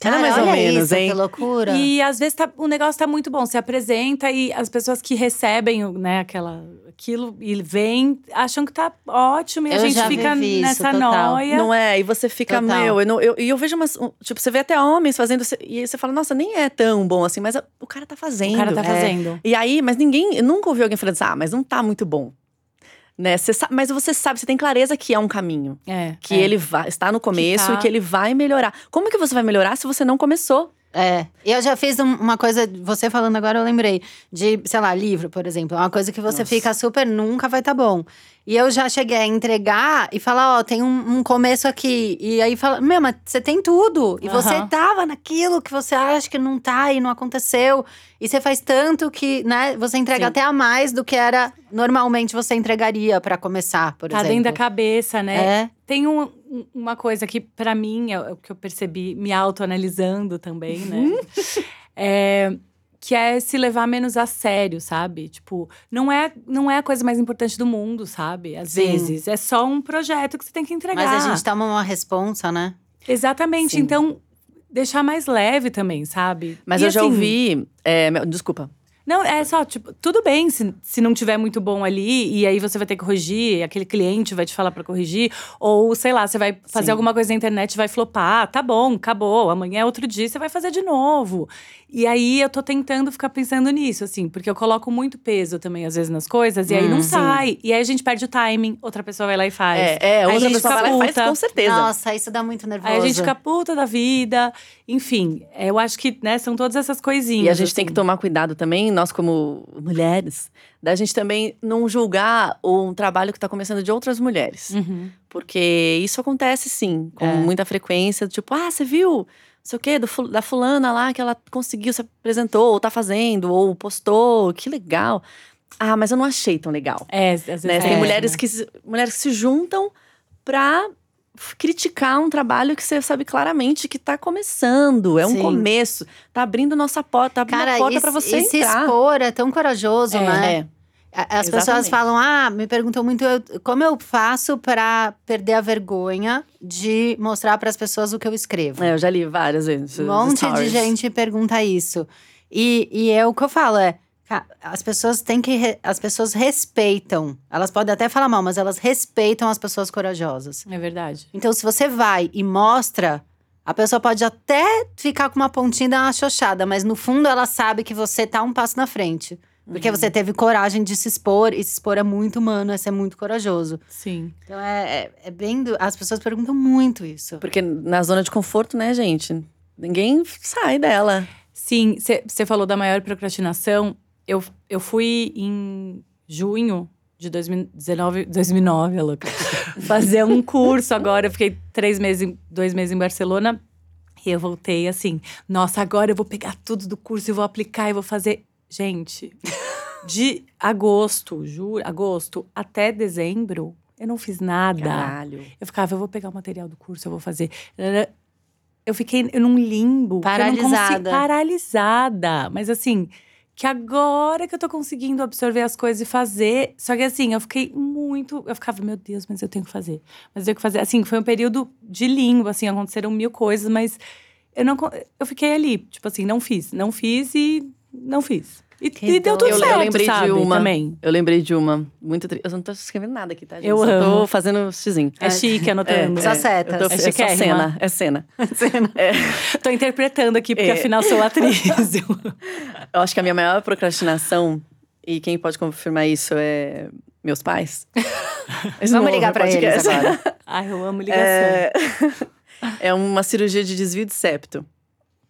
Cara, ela Ah, é mais ou olha menos, isso, hein? Que loucura. E às vezes tá- o negócio tá muito bom. Você apresenta e as pessoas que recebem o- né, aquela, aquilo e vêm acham que tá ótimo e a Eu gente já fica vivi isso, nessa total. noia. Não é? E você fica, Total. meu, eu não- eu- e eu vejo umas. um, Tipo, você vê até homens fazendo. você- E aí você fala, nossa, nem é tão bom assim, mas a- o cara tá fazendo. o cara tá É. fazendo. E aí, mas ninguém. Eu nunca ouvi alguém falando assim, ah, mas não tá muito bom. Né? Você sa- mas você sabe, você tem clareza que é um caminho. É. Que é. ele vai, está no começo tá- e que ele vai melhorar. Como que você vai melhorar se você não começou? É. E Eu já fiz um- uma coisa, você falando agora, eu lembrei. De, sei lá, livro, por exemplo. É Uma coisa que você Nossa. fica super, nunca vai tá bom. E eu já cheguei a entregar e falar, ó, tem um, um começo aqui. E aí fala, meu, mas você tem tudo. E você Aham. tava naquilo que você acha que não tá e não aconteceu. E você faz tanto que, né, você entrega Sim. até a mais do que era normalmente você entregaria pra começar, por Tá exemplo. dentro da cabeça, né? É. Tem um- um- uma coisa que, pra mim, é o que eu percebi me autoanalisando também, né? Uhum. É, que é se levar menos a sério, sabe? Tipo, não é, não é a coisa mais importante do mundo, sabe? Às Sim. vezes. É só um projeto que você tem que entregar. Mas a gente toma uma responsa, né? Exatamente. Sim. Então, deixar mais leve também, sabe? Mas E eu já assim, ouvi. é, meu- desculpa. Não, é só, tipo, tudo bem se, se não tiver muito bom ali, e aí você vai ter que corrigir, aquele cliente vai te falar pra corrigir, ou sei lá, você vai fazer Sim. alguma coisa na internet e vai flopar, tá bom, acabou, amanhã é outro dia, você vai fazer de novo. E aí eu tô tentando ficar pensando nisso, assim, porque eu coloco muito peso também, às vezes, nas coisas, e aí Hum, não sim. sai. E aí a gente perde o timing, outra pessoa vai lá e faz. É, é Aí a outra gente pessoa fica vai lá e puta. faz com certeza. Nossa, isso dá muito nervoso. Aí a gente fica puta da vida. Enfim, eu acho que, né, são todas essas coisinhas. E a gente tem assim. que tomar cuidado também, nós como mulheres, da gente também não julgar um trabalho que tá começando de outras mulheres. Uhum. Porque isso acontece sim, com É. muita frequência. do Tipo, ah, você viu? Não sei o quê, do fu- da fulana lá que ela conseguiu, se apresentou, ou tá fazendo, ou postou, que legal. Ah, mas eu não achei tão legal. É, às vezes. né? é, Tem mulheres, né? que se, mulheres que se juntam pra f- criticar um trabalho que você sabe claramente que tá começando, é um Sim. começo, tá abrindo nossa porta, tá abrindo Cara, a porta e, pra você e se entrar. expor é tão corajoso, É. né? É. A- As pessoas exatamente. falam, ah, me perguntam muito eu- como eu faço pra perder a vergonha de mostrar pras pessoas o que eu escrevo. É, eu já li várias vezes. um os monte de stories. gente pergunta isso. E, e é o que eu falo, é… Ca- As pessoas têm que. re- As pessoas respeitam. Elas podem até falar mal, mas elas respeitam as pessoas corajosas. É verdade. Então, se você vai e mostra, a pessoa pode até ficar com uma pontinha da xoxada, mas no fundo ela sabe que você tá um passo na frente. Uhum. Porque você teve coragem de se expor, e se expor é muito humano, é ser muito corajoso. Sim. Então é, é- é bem. do- As pessoas perguntam muito isso. Porque na zona de conforto, né, gente? Ninguém sai dela. Sim, você falou da maior procrastinação. Eu, eu fui em junho de 2019, 2009, é louca, fazer um curso agora. Eu fiquei três meses, em- dois meses em Barcelona. E eu voltei assim, nossa, agora eu vou pegar tudo do curso e vou aplicar e vou fazer. Gente, de agosto, juro, agosto até dezembro, eu não fiz nada. Eu ficava, eu vou pegar o material do curso, eu vou fazer. Eu fiquei num limbo. que eu não consegui- Paralisada. paralisada. Mas assim, que agora que eu tô conseguindo absorver as coisas e fazer. Só que assim, eu fiquei muito. Eu ficava, meu Deus, mas eu tenho que fazer. Mas eu tenho que fazer. Assim, foi um período de limbo, assim, aconteceram mil coisas, mas eu não. con- Eu fiquei ali, tipo assim, não fiz, não fiz e não fiz. E, Que e deu dó. tudo Eu- eu certo, lembrei de sabe? uma. Também. Eu lembrei de uma. Muito tri... Eu não tô escrevendo nada aqui, tá, gente? Eu Só amo. Tô fazendo um xizinho. É chique anotando. né? Só é, setas. Eu tô, É é, só chiquérrima. cena. É cena. Tô interpretando aqui, porque É. afinal sou atriz. Eu- Eu acho que a minha maior procrastinação, e quem pode confirmar isso é meus pais. Eles não Vamos ouvem ligar o é pra eles podcast. agora. Ai, eu amo ligação. É... é uma cirurgia de desvio de septo.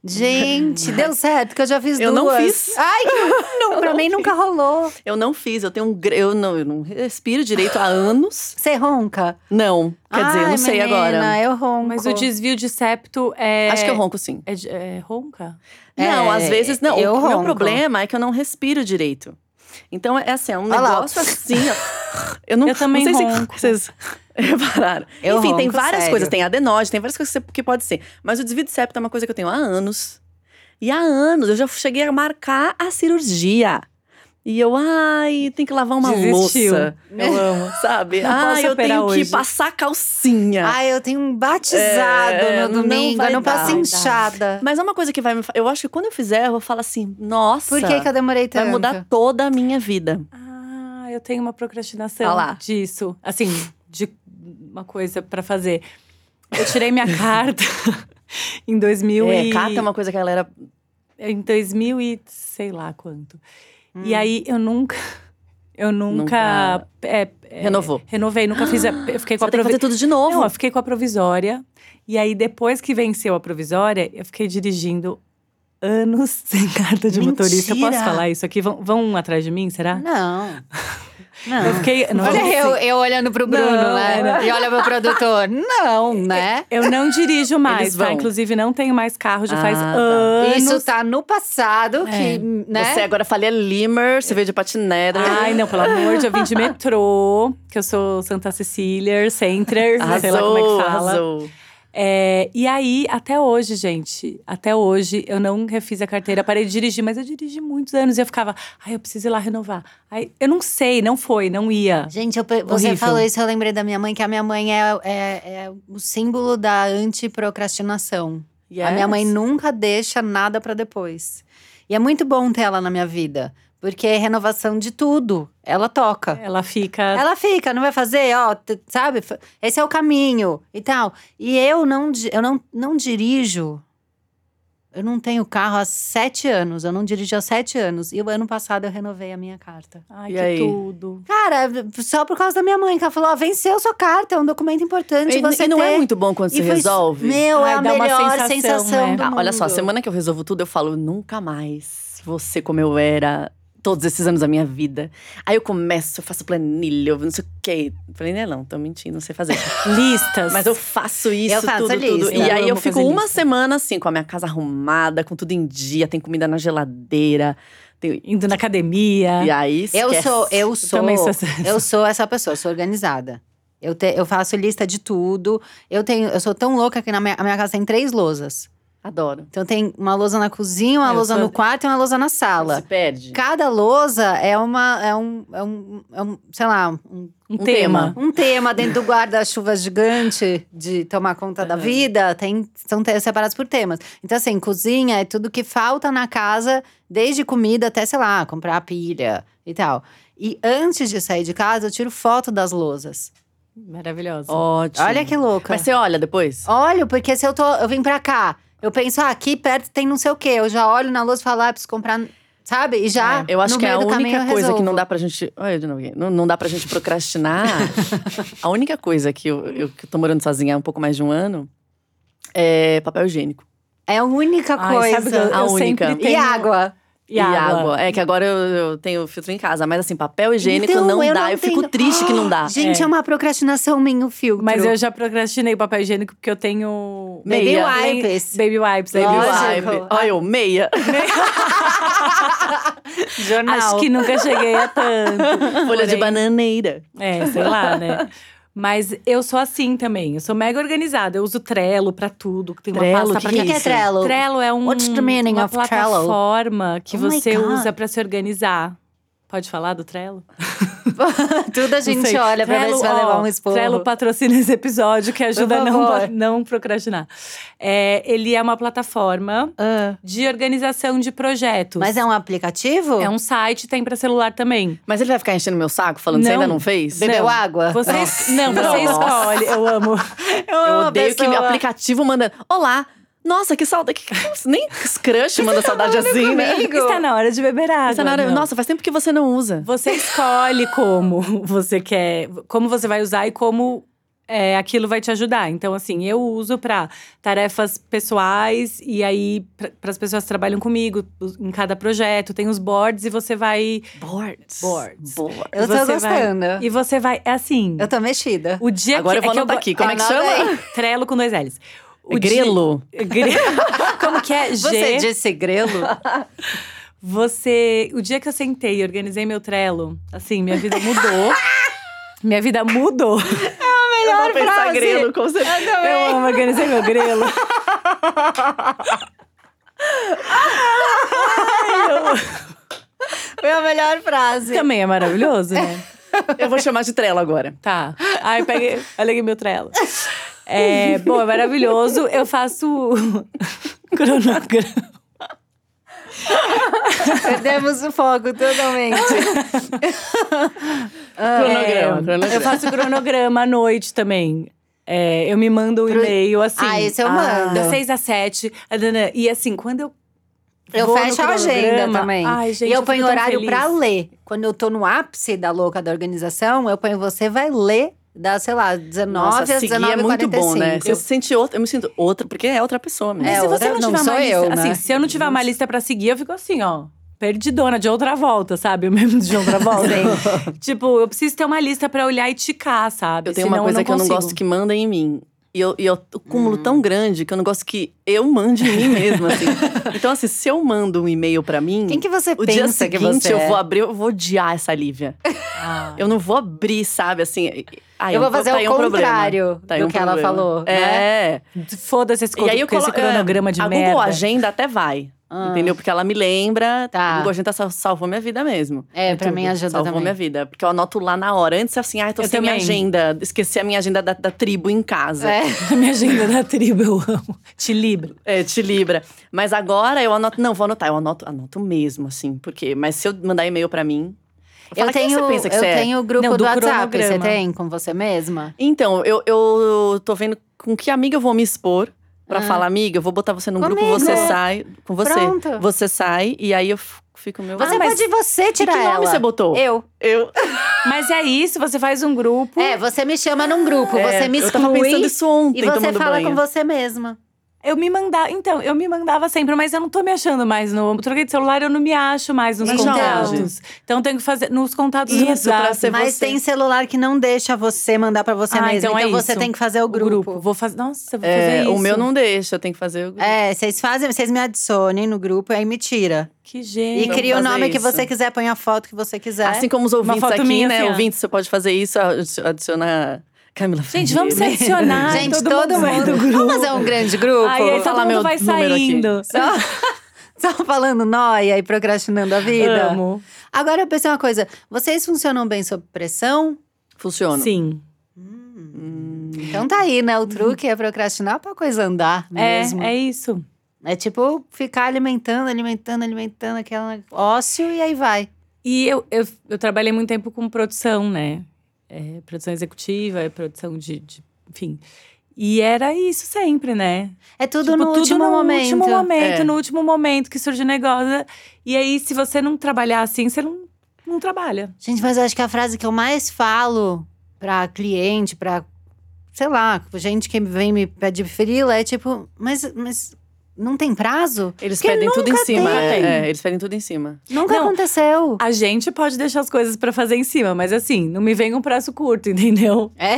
Gente, deu certo, que eu já fiz Eu duas. não fiz. Ai, que- não, pra não mim nunca rolou. Eu não fiz, eu tenho um. gr- Eu não, eu não respiro direito há anos. Você ronca? Não. Quer dizer, eu não Ai, sei menina, agora. Eu ronco. Mas o desvio de septo é. Acho que eu ronco sim. É, de- é ronca? É, Não, às vezes não. eu o meu ronco. problema é que eu não respiro direito. Então é assim, é um Olha lá, negócio assim. ó. Eu não, Eu também não sei ronco. se vocês repararam. Eu Enfim, tem ronco, várias sério. coisas, tem adenose, tem várias coisas que você- que pode ser. Mas o desvio de septo é uma coisa que eu tenho há anos. E há anos eu já cheguei a marcar a cirurgia. E eu, ai, tem que lavar uma Desistiu. louça, Eu amo. sabe? Não ai, posso eu operar tenho hoje. que passar calcinha. Ai, eu tenho um batizado É, no não domingo, vai eu não dar, passo vai dar. inchada. Mas é uma coisa que vai me. fa- Eu acho que quando eu fizer, eu vou falar assim, nossa. Por que, que eu demorei tanto? Vai mudar toda a minha vida. Ah, eu tenho uma procrastinação Olha lá. disso. Assim, de uma coisa pra fazer. Eu tirei minha carta em 2000 é, e... cata é uma coisa que a galera. Em 2000 e sei lá quanto. Hum. E aí, eu nunca... Eu nunca... Nunca é, é, Renovou. Renovei, nunca fiz... a- eu fiquei com Você tem que a provi- fazer tudo de novo. Não, eu fiquei com a provisória. E aí, depois que venceu a provisória, eu fiquei dirigindo anos sem carta de motorista. Eu posso Mentira! falar isso aqui? Vão, vão atrás de mim, será? Não. Eu Não. fiquei. Não, Olha eu, eu olhando pro Bruno, Não, né? E olha meu produtor. Não, né? eu não dirijo mais, Eles tá? vão. Inclusive, não tenho mais carro, já faz Ah, tá. anos. Isso tá no passado, É. que, né? Ah, Você agora falha Limer, você veio de patineta. Ai, não, pelo amor de Deus, eu vim de metrô, que eu sou Santa Cecília, Center, sei lá como é que fala. arrasou. É, e aí, até hoje, gente, até hoje eu não refiz a carteira, parei de dirigir, mas eu dirigi muitos anos e eu ficava, ai, eu preciso ir lá renovar. Ai, eu não sei, não foi, não ia. Gente, eu pe- você Horrível. falou isso, eu lembrei da minha mãe, que a minha mãe é, é, é o símbolo da antiprocrastinação. A minha mãe Yes. nunca deixa nada pra depois. E é muito bom ter ela na minha vida, porque é renovação de tudo. Ela toca. Ela fica. Ela fica, não vai fazer, ó, t- sabe? F- Esse é o caminho e tal. E eu não, di- eu não, não dirijo. Eu não tenho carro há sete anos. Eu não dirijo há sete anos. E o ano passado eu renovei a minha carta. Ai, E que aí? tudo. Cara, só por causa da minha mãe, que ela falou: ó, venceu sua carta, é um documento importante. E, você e não ter. é muito bom quando você E foi- resolve. Meu, Ai, é a dá uma melhor sensação, sensação, né? do Ah, olha só, mundo. semana que eu resolvo tudo, eu falo, nunca mais vou ser como eu era todos esses anos da minha vida. Aí eu começo, eu faço planilha, eu não sei o quê. Planilha não, tô mentindo, não sei fazer. Listas. Mas eu faço isso Eu faço tudo, lista. tudo. E Eu aí eu amo fico fazer uma lista. semana assim, com a minha casa arrumada, com tudo em dia, tem comida na geladeira. tem- Indo na academia. E aí É. Eu esquece. sou, eu sou, também sou essa- eu sou essa pessoa, eu sou organizada. Eu, te- eu faço lista de tudo. Eu tenho, eu sou tão louca que na minha, a minha casa tem três lousas. Adoro. Então tem uma lousa na cozinha, uma É, eu lousa sou- no quarto e uma lousa na sala. Se perde. Cada lousa é uma. É um, é um, é um sei lá, um, Um, tema. tema. um tema dentro do guarda-chuva gigante de tomar conta da Aham. vida. Tem, são te- separados por temas. Então, assim, cozinha é tudo que falta na casa, desde comida até, sei lá, comprar pilha e tal. E antes de sair de casa, eu tiro foto das lousas. Maravilhosa. Ótimo. Olha que louca. Mas você olha depois? Olho, porque se eu tô. Eu vim pra cá, eu penso, ah, aqui perto tem não sei o quê. Eu já olho na luz e falo, ah, preciso comprar. Sabe? E já. É, Eu acho no que meio a do caminho, única eu coisa que resolvo. não dá pra gente. Olha, eu de novo aqui. Não, não dá pra gente procrastinar. a única coisa que eu, eu que tô morando sozinha há um pouco mais de um ano é papel higiênico. É a única Ai, sabe coisa. que eu, a eu única. sempre E tenho- água. E água. É que agora eu, eu tenho filtro em casa, mas assim, papel higiênico Então, não eu dá. não eu fico tenho- triste que não dá. Gente, é. É. uma procrastinação minha o filtro. Mas eu já procrastinei papel higiênico porque eu tenho. Baby meia. wipes. Baby wipes. Baby Lógico. wipe. Olha, eu meia. Jornal. Acho que nunca cheguei a tanto. Folha de Porém. bananeira. É, sei lá, né? Mas eu sou assim também. Eu sou mega organizada. Eu uso Trello pra tudo. Tem uma Trello? pasta O pra que, que é isso? Trello? Trello é um, What's the meaning uma of Trello? plataforma que Oh my você God. usa pra se organizar. Pode falar do Trello? Tudo a gente olha pra ver se vai levar um esporro. Trello patrocina esse episódio que ajuda a não, favor. não procrastinar. É, ele é uma plataforma de organização de projetos. Ah, Mas é um aplicativo? É um site, tem pra celular também. Mas ele vai ficar enchendo meu saco falando que você Não. ainda não fez? Bebeu Não. água? Você, Nossa. não, você Nossa. escolhe. Eu amo. Eu uma odeio que meu pessoa- aplicativo manda. Olá! Nossa, que saudade. Que... Nem crush manda saudade assim, né? Está na hora de beber água. Essa Nara, não. nossa, faz tempo que você não usa. Você escolhe como você quer, como você vai usar e como é, aquilo vai te ajudar. Então, assim, eu uso para tarefas pessoais e aí para as pessoas que trabalham comigo os- em cada projeto. Tem os boards e você vai. Boards. Boards. Boards. Eu tô Você vai- gostando. E você vai. É assim. Eu tô mexida. O dia Agora eu que, vou é que anotar aqui. Como é que Anota chama? aí. Trello com dois L's. O É dia- grelo. Grelo. Como que é? G. Você disse grelo? Você. O dia que eu sentei e organizei meu Trello, assim, minha vida mudou. minha vida mudou. Melhor Ah, frase. grelo com certeza. Eu amo, organizei meu grelo. Foi a melhor frase. Também é maravilhoso, né? É. Eu vou chamar de trela agora. Tá. Ai, peguei. Olha meu trelo. É, bom, é maravilhoso. Eu faço cronograma. Perdemos o foco totalmente. Ah, é. Cronograma, cronograma. É, Eu faço cronograma à noite também. É, eu me mando um Pro- e-mail, assim. Ah, esse eu mando. Das seis às sete. E assim, quando eu. Eu vou no fecho a agenda cronograma- também. Ai, gente, e eu, fico ponho tão horário feliz. pra ler. Quando eu tô no ápice da louca da organização, eu ponho você vai ler da, sei lá, 19 Nossa, às seguir 19 é muito bom, né? Você Eu, se sente outra, eu me sinto outra, porque é outra pessoa mesmo. É, Mas se você outra- não não tiver uma sou lista, eu, né? assim, se eu não tiver uma lista pra seguir, eu fico assim, ó. Perdidona de outra volta, sabe? O mesmo de outra volta. tipo, eu preciso ter uma lista pra olhar e ticar, sabe? Eu tenho Senão uma coisa eu que eu não consigo. gosto que manda em mim. E eu, e eu o cúmulo Hum. tão grande que eu não gosto que eu mande em mim mesma, assim. Então, assim, se eu mando um e-mail pra mim, Quem que você o pensa dia que seguinte você eu é? vou abrir, eu vou odiar essa Lívia. Ah. Eu não vou abrir, sabe, assim. ai, eu vou tá fazer aí o um problema. contrário Tá aí do um que ela problema. falou, né? É. Foda-se esse, E aí eu colo- esse coloco cronograma de a merda. Google Agenda até vai. Ah. Entendeu? Porque ela me lembra. Tá. A Google Agenda sal- salvou minha vida mesmo. É, pra tudo. mim ajuda Salvou também. minha vida. Porque eu anoto lá na hora. Antes, assim, ah, eu tô Eu sem minha também. agenda. Esqueci a minha agenda da, da tribo em casa. É. Minha agenda da tribo, eu amo. Te libro. É, te libra. Mas agora eu anoto. Não, vou anotar. Eu anoto, anoto mesmo, assim. Porque. Mas se eu mandar e-mail pra mim. fala, Eu "Quem tenho, você pensa que eu você é?" tenho o grupo do, Não, do WhatsApp. Você cronograma. tem com você mesma? Então, eu, eu tô vendo com que amiga eu vou me expor pra Ah. falar, amiga, eu vou botar você num Comigo. grupo, você sai. Com você. Pronto. Você sai e aí eu f- fico meu. Você ah, mas pode você que tirar nome ela. você botou? Eu. Eu. Mas é isso, você faz um grupo. É, você me chama num grupo, É, você me Eu tava pensando exclui isso ontem, e você tomando fala banho. com você mesma. Eu me mandava. Então, eu me mandava sempre, mas eu não tô me achando mais no. Troquei de celular, eu não me acho mais nos Então. contatos. Então, eu tenho que fazer. Nos contatos do Isso, pra WhatsApp. ser Mas você. tem celular que não deixa você mandar pra você Ah, mesma. então é você isso. tem que fazer o o grupo. Vou fazer. Nossa, eu vou É, fazer isso. o meu não deixa, eu tenho que fazer. o- Uhum. É, vocês fazem, vocês me adicionem no grupo e aí me tira. Que E gênio. vamos cria o fazer nome que isso. você quiser, põe a foto que você quiser. Assim como os ouvintes foto aqui, minha, né? assim, ó. ouvintes, você pode fazer isso, adicionar. Camila Gente, vamos Ferreira. seccionar. Gente, todo, mundo vai do Vamos grupo. fazer um grande grupo? Aí, aí tá falar todo mundo meu vai número aqui. saindo. Só, só falando nóia e procrastinando a vida. Amo. Agora eu pensei uma coisa. Vocês funcionam bem sob pressão? Funciona. Sim. Então tá aí, né? O truque é procrastinar pra coisa andar É, mesmo. É, é isso. tipo ficar alimentando, alimentando, alimentando aquele ócio e aí vai. E eu, eu, eu trabalhei muito tempo com produção, né? É, produção executiva, é produção de, de- Enfim. E era isso sempre, né? É tudo Tipo, no último no momento. último momento, É. no último momento que surge o negócio. E aí, se você não trabalhar assim, você não, não trabalha. Gente, mas eu acho que a frase que eu mais falo pra cliente, pra, sei lá, gente que vem me pedir frila é tipo, mas, mas não tem prazo? Eles Porque pedem tudo em nunca cima. tem. É, é, eles pedem tudo em cima. Nunca Não. aconteceu. A gente pode deixar as coisas pra fazer em cima, mas assim, não me vem um prazo curto, entendeu? É.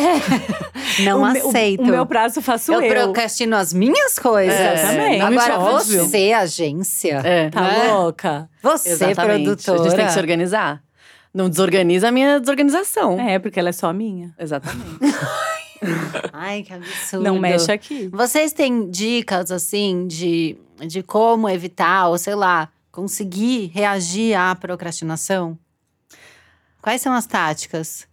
Não O me- o- aceito. O, meu prazo faço eu. eu, procrastino as minhas coisas. É, Exatamente. não me Agora fode. você, agência. É. Tá né? louca. Você, Exatamente. produtora. A gente tem que se organizar. Não desorganiza a minha desorganização. É, porque ela é só minha. Exatamente. Ai, que absurdo. Não mexe aqui. Vocês têm dicas, assim, de, de como evitar, ou sei lá, conseguir reagir à procrastinação? Quais são as táticas?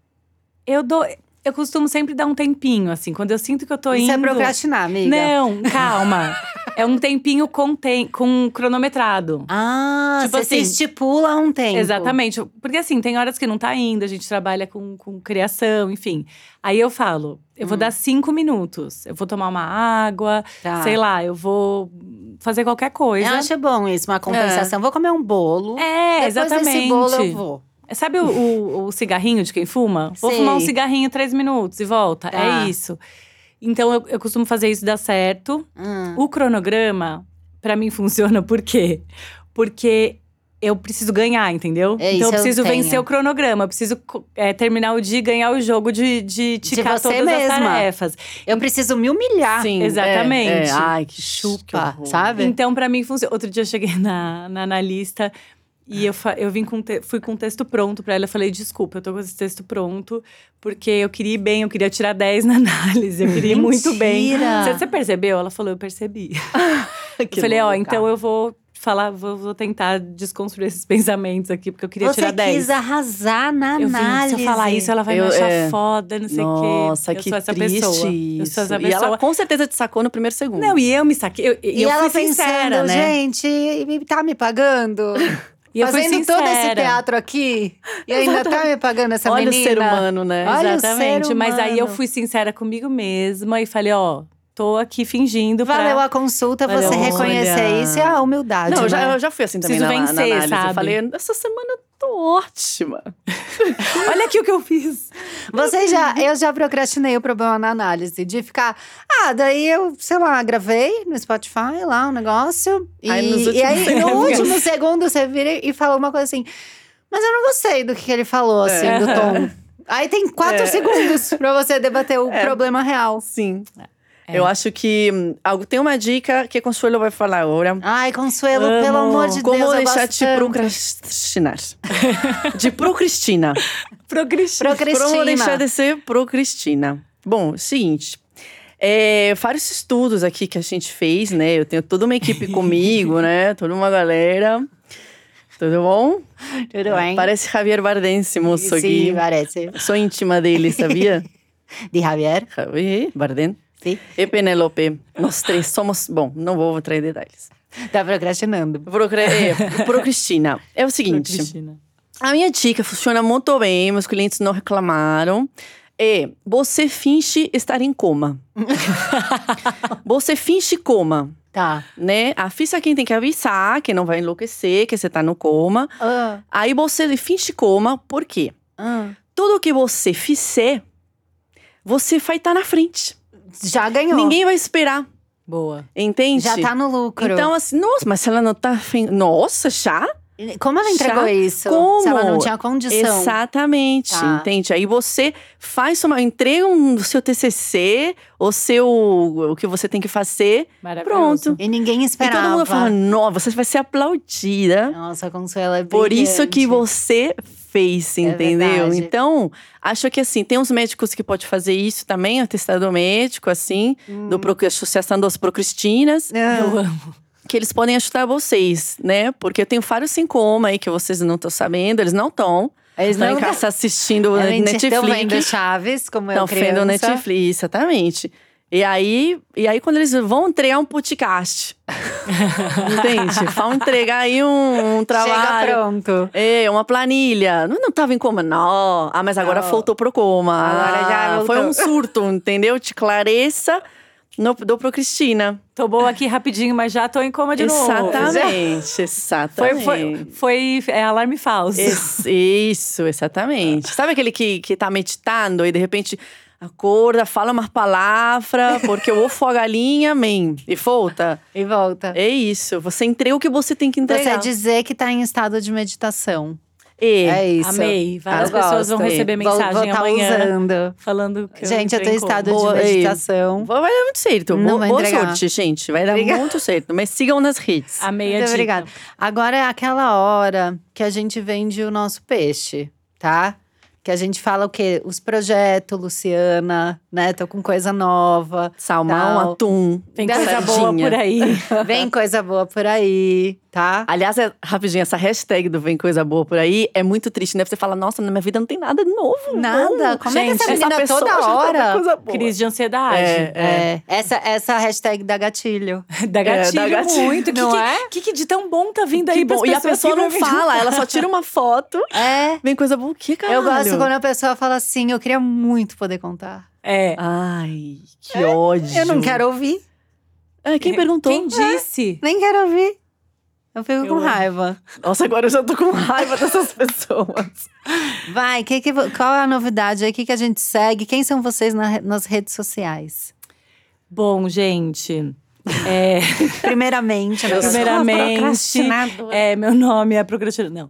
Eu dou. Eu costumo sempre dar um tempinho, assim. Quando eu sinto que eu tô Isso indo. Né? é procrastinar, amiga. Não, calma. é um tempinho com, tem, com cronometrado. Ah, Tipo você se assim, estipula um tempo. Exatamente. Porque assim, tem horas que não tá indo, a gente trabalha com, com criação, enfim. Aí eu falo, eu vou Hum. dar cinco minutos. Eu vou tomar uma água, Tá. sei lá, eu vou fazer qualquer coisa. Eu acho bom isso, uma compensação. Vou comer um bolo. É, Depois exatamente. desse bolo eu vou. Sabe o, o- o cigarrinho de quem fuma? Vou Sei. fumar um cigarrinho três minutos e volta. Tá. É isso. Então eu, eu costumo fazer isso dar certo. Hum. O cronograma, pra mim, funciona por quê? Porque eu preciso ganhar, entendeu? É, então isso eu eu preciso tenho. vencer o cronograma, eu preciso co- é, terminar o dia e ganhar o jogo de, de ticar você todas as mesma. tarefas. Eu preciso me humilhar. Sim, exatamente. é, é. Ai, que chupa, que Chupa, horror. sabe? Então, pra mim, funciona. Outro dia eu cheguei na, na analista e eu, fa- eu vim com te- fui com o texto pronto pra ela. Eu falei, desculpa, eu tô com esse texto pronto, porque eu queria ir bem, eu queria tirar 10 na análise, eu queria ir muito bem. Mentira! Você, você percebeu? Ela falou, eu percebi. Que Eu falei, ó, louca. então eu vou falar, vou, vou tentar desconstruir esses pensamentos aqui, porque eu queria Você tirar 10. quis arrasar na Eu vi, análise. se eu falar isso, ela vai Eu- me achar é. foda, não sei o quê. Nossa, eu que sou essa triste pessoa. isso. Eu sou essa E ela pessoa. com certeza te sacou no primeiro segundo. Não, e eu me saquei. Eu, e E eu ela fui sincera, pensando, né? gente, e tá me pagando? E eu fui Fazendo todo esse sincera. teatro aqui? E ainda tá me pagando essa Olha menina? o ser humano, né? Olha o ser Exatamente. Mas aí eu humano. fui sincera comigo mesma e falei, ó, tô aqui fingindo pra… Valeu a consulta, você Valeu. reconhecer Olha. isso é a humildade, Não, eu já, né? eu já fui assim também Preciso na, na vencer, análise. Eu sabe? falei, essa semana eu tô ótima. Olha aqui o que eu fiz. Você já, eu já procrastinei o problema na análise, de ficar… Ah, daí eu, sei lá, gravei no Spotify lá um negócio. E Aí nos e últimos aí, no segundos. último segundo, você vira e fala uma coisa assim… Mas eu não gostei do que ele falou, assim, É. do tom. Aí tem quatro É. segundos pra você debater o problema real. Sim. É. Eu acho que hum, algo tem uma dica que a Consuelo vai falar agora. Ai, Consuelo, pelo Amo. amor de Como Deus, eu deixar gosto te tanto. procrastinar? de procrastina. Pro Cristina. Procrastina. Como deixar de ser procrastina? Bom, seguinte. é, vários estudos aqui que a gente fez, né? Eu tenho toda uma equipe comigo, né? Toda uma galera. Tudo bom? Tudo bem? Parece um Javier Bardem, esse moço aqui. Sim, parece. Sou íntima dele, sabia? De Javier, Javier Bardem. sim. E Penelope. Nós três somos. Bom, não vou trazer detalhes. Tá procrastinando. Procra... É, procrastina. É o né? seguinte. A minha dica funciona muito bem, meus clientes não reclamaram. É, você finge estar em coma. você finge coma, Tá. né? Avisa quem tem que avisar, que não vai enlouquecer, que você tá no coma. Ah, Aí você finge coma, por quê? ah. Tudo que você fizer, você vai estar na frente. Já ganhou. Ninguém vai esperar, Boa. entende? Já tá no lucro. Então, assim, nossa, mas se ela não tá... fin- Nossa, já? Como ela entregou Já? isso? Como? Se ela não tinha condição. Exatamente, Tá. entende? Aí você faz uma, entrega um seu TCC, o seu o que você tem que fazer, Maravilhoso. Pronto. E ninguém esperava. e todo mundo fala: "Nossa, você vai ser aplaudida". Nossa, a Consuelo é Por isso brilhante. que você face, É entendeu? verdade. Então, acho que assim, tem uns médicos que podem fazer isso também, um atestado médico, assim, Hum. do Proc- Associação das Procristinas, Ah. Eu amo. que eles podem ajudar vocês, né? Porque eu tenho vários sintomas aí que vocês não estão sabendo, eles não estão. Eles Estão não em casa assistindo Ela ent- Netflix. Estão vendo Chaves, como eu Estão vendo criança. o Netflix, exatamente. E aí, e aí, quando eles vão entregar um podcast. Entende? Vão entregar aí um, um Chega trabalho. pronto. É, uma planilha. Não, não tava em coma, não. Ah, mas agora Não. faltou pro coma. Agora já Ah, voltou. Foi um surto, entendeu? Te clareça, no, dou pro Cristina. Tô boa aqui rapidinho, mas já tô em coma de novo. exatamente, Foi, exatamente. foi, foi é, alarme falso. Ex- Isso, exatamente. Sabe aquele que, que tá meditando e de repente acorda, fala umas palavras, porque o ovo a galinha, amém. E volta. E volta. É isso. Você entrega o que você tem que Você entregar. dizer que tá em estado de meditação. E, É isso. Amei. Várias Eu pessoas vão gosto, receber Vou- vou mensagem tá amanhã usando. falando que Gente, eu tô entrei em em coma. estado Boa, de ei. meditação. Vai vai dar muito certo. Não Bo- vai Boa entregar. sorte, gente. Vai dar Obrigada. muito certo. Mas sigam nas redes. Amei a Muito dica. obrigada. Agora é aquela hora que a gente vende o nosso peixe, tá? Que a gente fala o quê? Os projetos, Luciana, né? Tô com coisa nova. Salmão, Não. atum. Tem coisa boa Sardinha. por aí. Vem coisa boa por aí, tá? Aliás, é- rapidinho, essa hashtag do Vem Coisa Boa por aí é muito triste, né? Você fala, nossa, na minha vida não tem nada de novo. então." Nada. Não. Como é que essa Gente, menina pessoa toda já tá hora- com coisa boa. Crise de ansiedade. É, é. É, Essa, essa hashtag da gatilho. Dá gatilho, dá gatilho. muito. Não que, que- é? que, que de tão bom tá vindo aí Que bom. pras E a pessoas pessoa que não vivem- fala, ela só tira uma foto. É. Vem coisa boa, o que, cara? Eu gosto quando a pessoa fala assim, eu queria muito poder contar. É. Ai, que ódio. Eu não quero ouvir, Ah, quem perguntou? Quem disse? nem quero ouvir. Eu fico Eu com amo. raiva. Nossa, agora eu já tô com raiva dessas pessoas. Vai, que que vo- qual é a novidade aí? O que, que a gente segue? Quem são vocês na re- nas redes sociais? Bom, gente. É, Primeiramente, né? a nossa- Primeira- Primeiramente, é, meu nome é Procrastina. Não.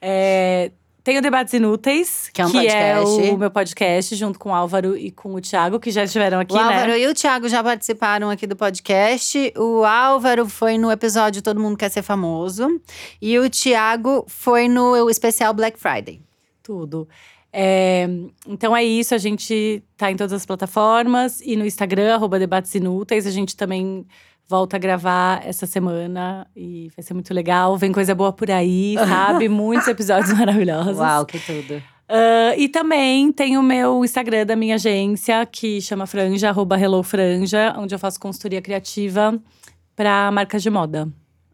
É, tenho Debates Inúteis, Que é um podcast. o meu podcast, junto com o Álvaro e com o Thiago, que já estiveram aqui, o Álvaro né? e o Thiago já participaram aqui do podcast. O Álvaro foi no episódio Todo Mundo Quer Ser Famoso. E o Thiago foi no especial Black Friday. Tudo. É, então é isso, a gente tá em todas as plataformas e no Instagram, arroba Debates Inúteis. A gente também volta a gravar essa semana e vai ser muito legal. Vem coisa boa por aí, sabe? Muitos episódios maravilhosos. que tudo. Ah, e também tem o meu Instagram da minha agência, que chama Franja, arroba Hello Franja, onde eu faço consultoria criativa para marcas de moda.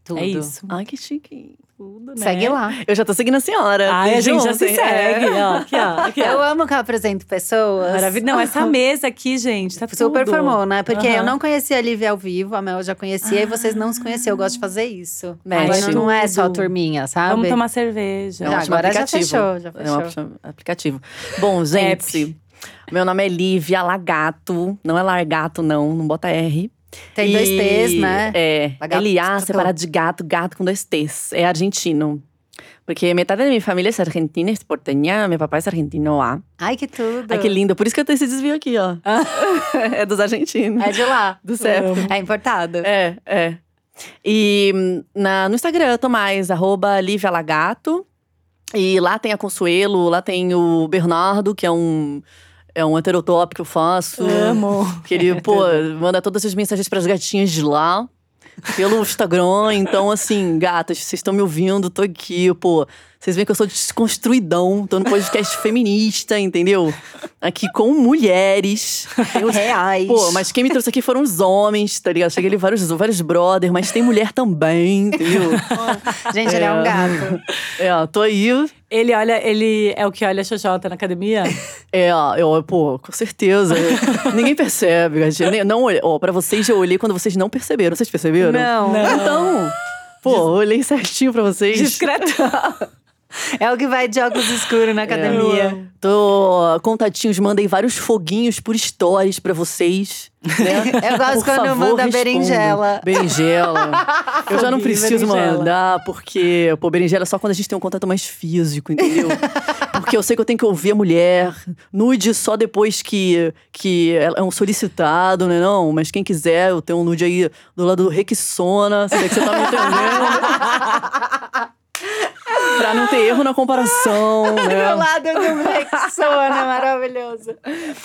Tudo. É isso. É. Ai, que chique. Tudo, né? Segue lá. Eu já tô seguindo a senhora. Ai, a desde gente já se ontem. segue. É. Ó, aqui, ó, aqui, ó. Eu amo que eu apresento pessoas. Maravilha. Não, essa mesa aqui, gente, tá Super tudo. formou, né? Porque eu Aham. não conhecia a Lívia ao vivo, a Mel já conhecia e vocês não se conheciam. Eu gosto de fazer isso. Ah. Mexe. Agora não é só a Tudo. turminha, sabe? Vamos tomar cerveja. É um Já, ótimo agora já aplicativo. fechou, já É um ótimo aplicativo. Bom, gente, meu nome é Lívia Lagato. Não é Largato, não. Não bota R. Tem dois E- T's, né? É. Lagato. tá L-A Tucum. separado de gato, gato com dois T's. É argentino. Porque metade da minha família é argentina, é portenha. Meu papai é argentino, ah. Ai, que tudo. Ai, que lindo. Por isso que eu tenho esse desvio aqui, ó. Ah. é dos argentinos. É de lá. Do CEP. É importado. É, é. E hum, na, no Instagram eu tô mais, arroba Lívia Lagato. E lá tem a Consuelo, lá tem o Bernardo, que é um, é um heterotop que eu faço. Amo. Que ele, pô, manda todas as mensagens pras gatinhas de lá. Pelo Instagram, então assim, gatas, vocês estão me ouvindo, tô aqui, pô. Vocês veem que eu sou desconstruidão, tô no podcast feminista, entendeu? Aqui com mulheres. Tem os- Reais. Pô, mas quem me trouxe aqui foram os homens, tá ligado? Cheguei ali vários, vários brothers, mas tem mulher também, entendeu? Gente, ele é um gato. É, ó, tô aí. Ele olha, ele é o que olha a Xoxota na academia. É, ó, eu, pô, com certeza. Ninguém percebe, gatinha. Nem- Não, olhe- ó, pra vocês eu olhei quando vocês não perceberam. Vocês perceberam? Não. Então, pô, eu olhei certinho pra vocês. Discreto. É o que vai de óculos escuros na academia. Tô contatinhos, mandei vários foguinhos por stories pra vocês. Né? Eu gosto Por É quando favor, manda respondam. berinjela. Berinjela. Eu já não Foguinho, preciso berinjela. mandar, porque, pô, berinjela é só quando a gente tem um contato mais físico, entendeu? Porque eu sei que eu tenho que ouvir a mulher. Nude só depois que, que ela é um solicitado, né? Não, mas quem quiser, eu tenho um nude aí do lado do Rexona. Sei que você tá me entendendo. Pra não ter erro na comparação. Meu né? lado do Rexona, maravilhoso.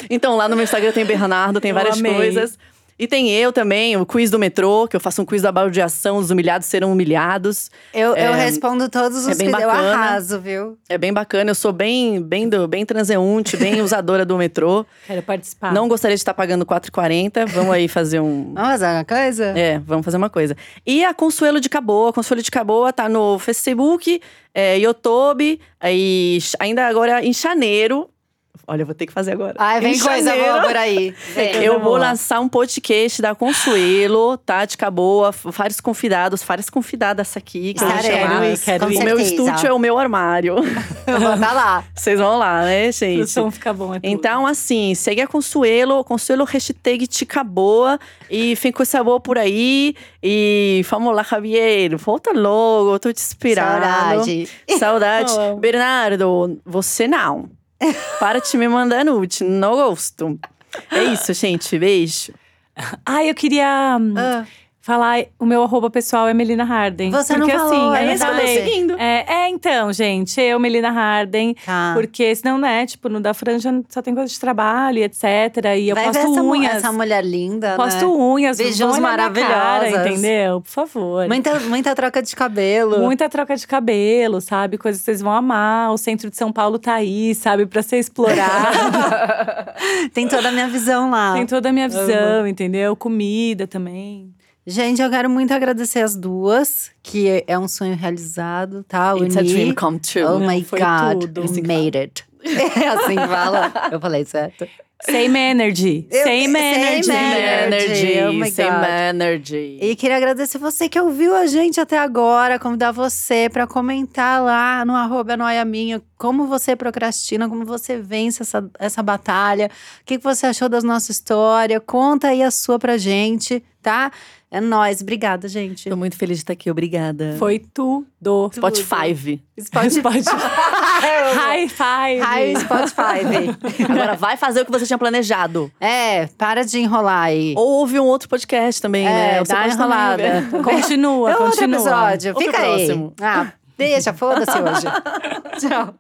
Então, lá no meu Instagram tem Bernardo, tem Eu várias amei. coisas. E tem eu também, o quiz do metrô, que eu faço um quiz da baldeação, os humilhados serão humilhados. Eu, eu respondo todos é os bem que eu bacana. arraso, viu? É bem bacana, eu sou bem bem, do- bem transeunte, bem usadora do metrô. Quero participar. Não gostaria de estar pagando 4,40. Vamos aí fazer um, Vamos fazer uma coisa? É, vamos fazer uma coisa. E a Consuelo de Caboa. A Consuelo de Caboa tá no Facebook, é, YouTube, aí ch- ainda agora em janeiro. Olha, eu vou ter que fazer agora. Ai, vem Em coisa janeiro, boa por aí. Vem. Eu Coisa vou boa. lançar um podcast da Consuelo, tá? De Caboa, f- vários convidados, várias convidadas aqui. Que Estaremos, estão chamadas. quero o ir. meu estúdio é o meu armário. Eu vou tá lá. Vocês vão lá, né, O gente? som fica bom. É tudo. Então, assim, segue a Consuelo, Consuelo hashtag Ticaboa e fica essa boa por aí. E vamos lá, Javier, volta logo, tô te inspirado. Saudade. Saudade. Eu amo. Bernardo, você não. Para de me mandar nude, não gosto. É isso, gente, beijo. Ah, eu queria hum, Ah, falar. O meu arroba pessoal é Melina Harden. Você não porque, falou, assim, é eu não isso que eu tô falei. seguindo. É, é, então, gente, eu, Melina Harden. tá. Porque senão, né, tipo, no da franja só tem coisa de trabalho, etc. E eu Vai ver posto essa, mu- unhas. essa mulher linda, posto né? unhas, Beijos vão olhar minha cara, maravilhosas. entendeu? Por favor. Muita, muita troca de cabelo. Muita troca de cabelo, sabe? Coisas que vocês vão amar. O centro de São Paulo tá aí, sabe? Pra ser explorado. Tem toda a minha visão lá. Tem toda a minha visão, entendeu? Comida também. Gente, eu quero muito agradecer as duas, que é- é um sonho realizado, tá? It's a Uni. dream come true. Oh my Foi God, tudo. we made it. É assim que fala? Eu falei certo. Same energy. Eu- Same same energy. energy, oh my same God. energy. E queria agradecer você que ouviu a gente até agora, convidar você para comentar lá no arroba Noia Minha como você procrastina, como você vence essa, essa batalha, o que, que você achou da nossa história, conta aí a sua pra gente, tá? É nóis, obrigada, gente. Tô muito feliz de estar aqui, obrigada. Foi tudo. Spotify. Spotify. High five. Hi, Spotify. Agora vai fazer o que você tinha planejado. É, para de enrolar aí. Ou ouve um outro podcast também, né? É, Você dá pode também enrolada. ouvir. Continua, É outro continua. episódio. Outro Fica aí. próximo. Ah, deixa, foda-se hoje. Tchau.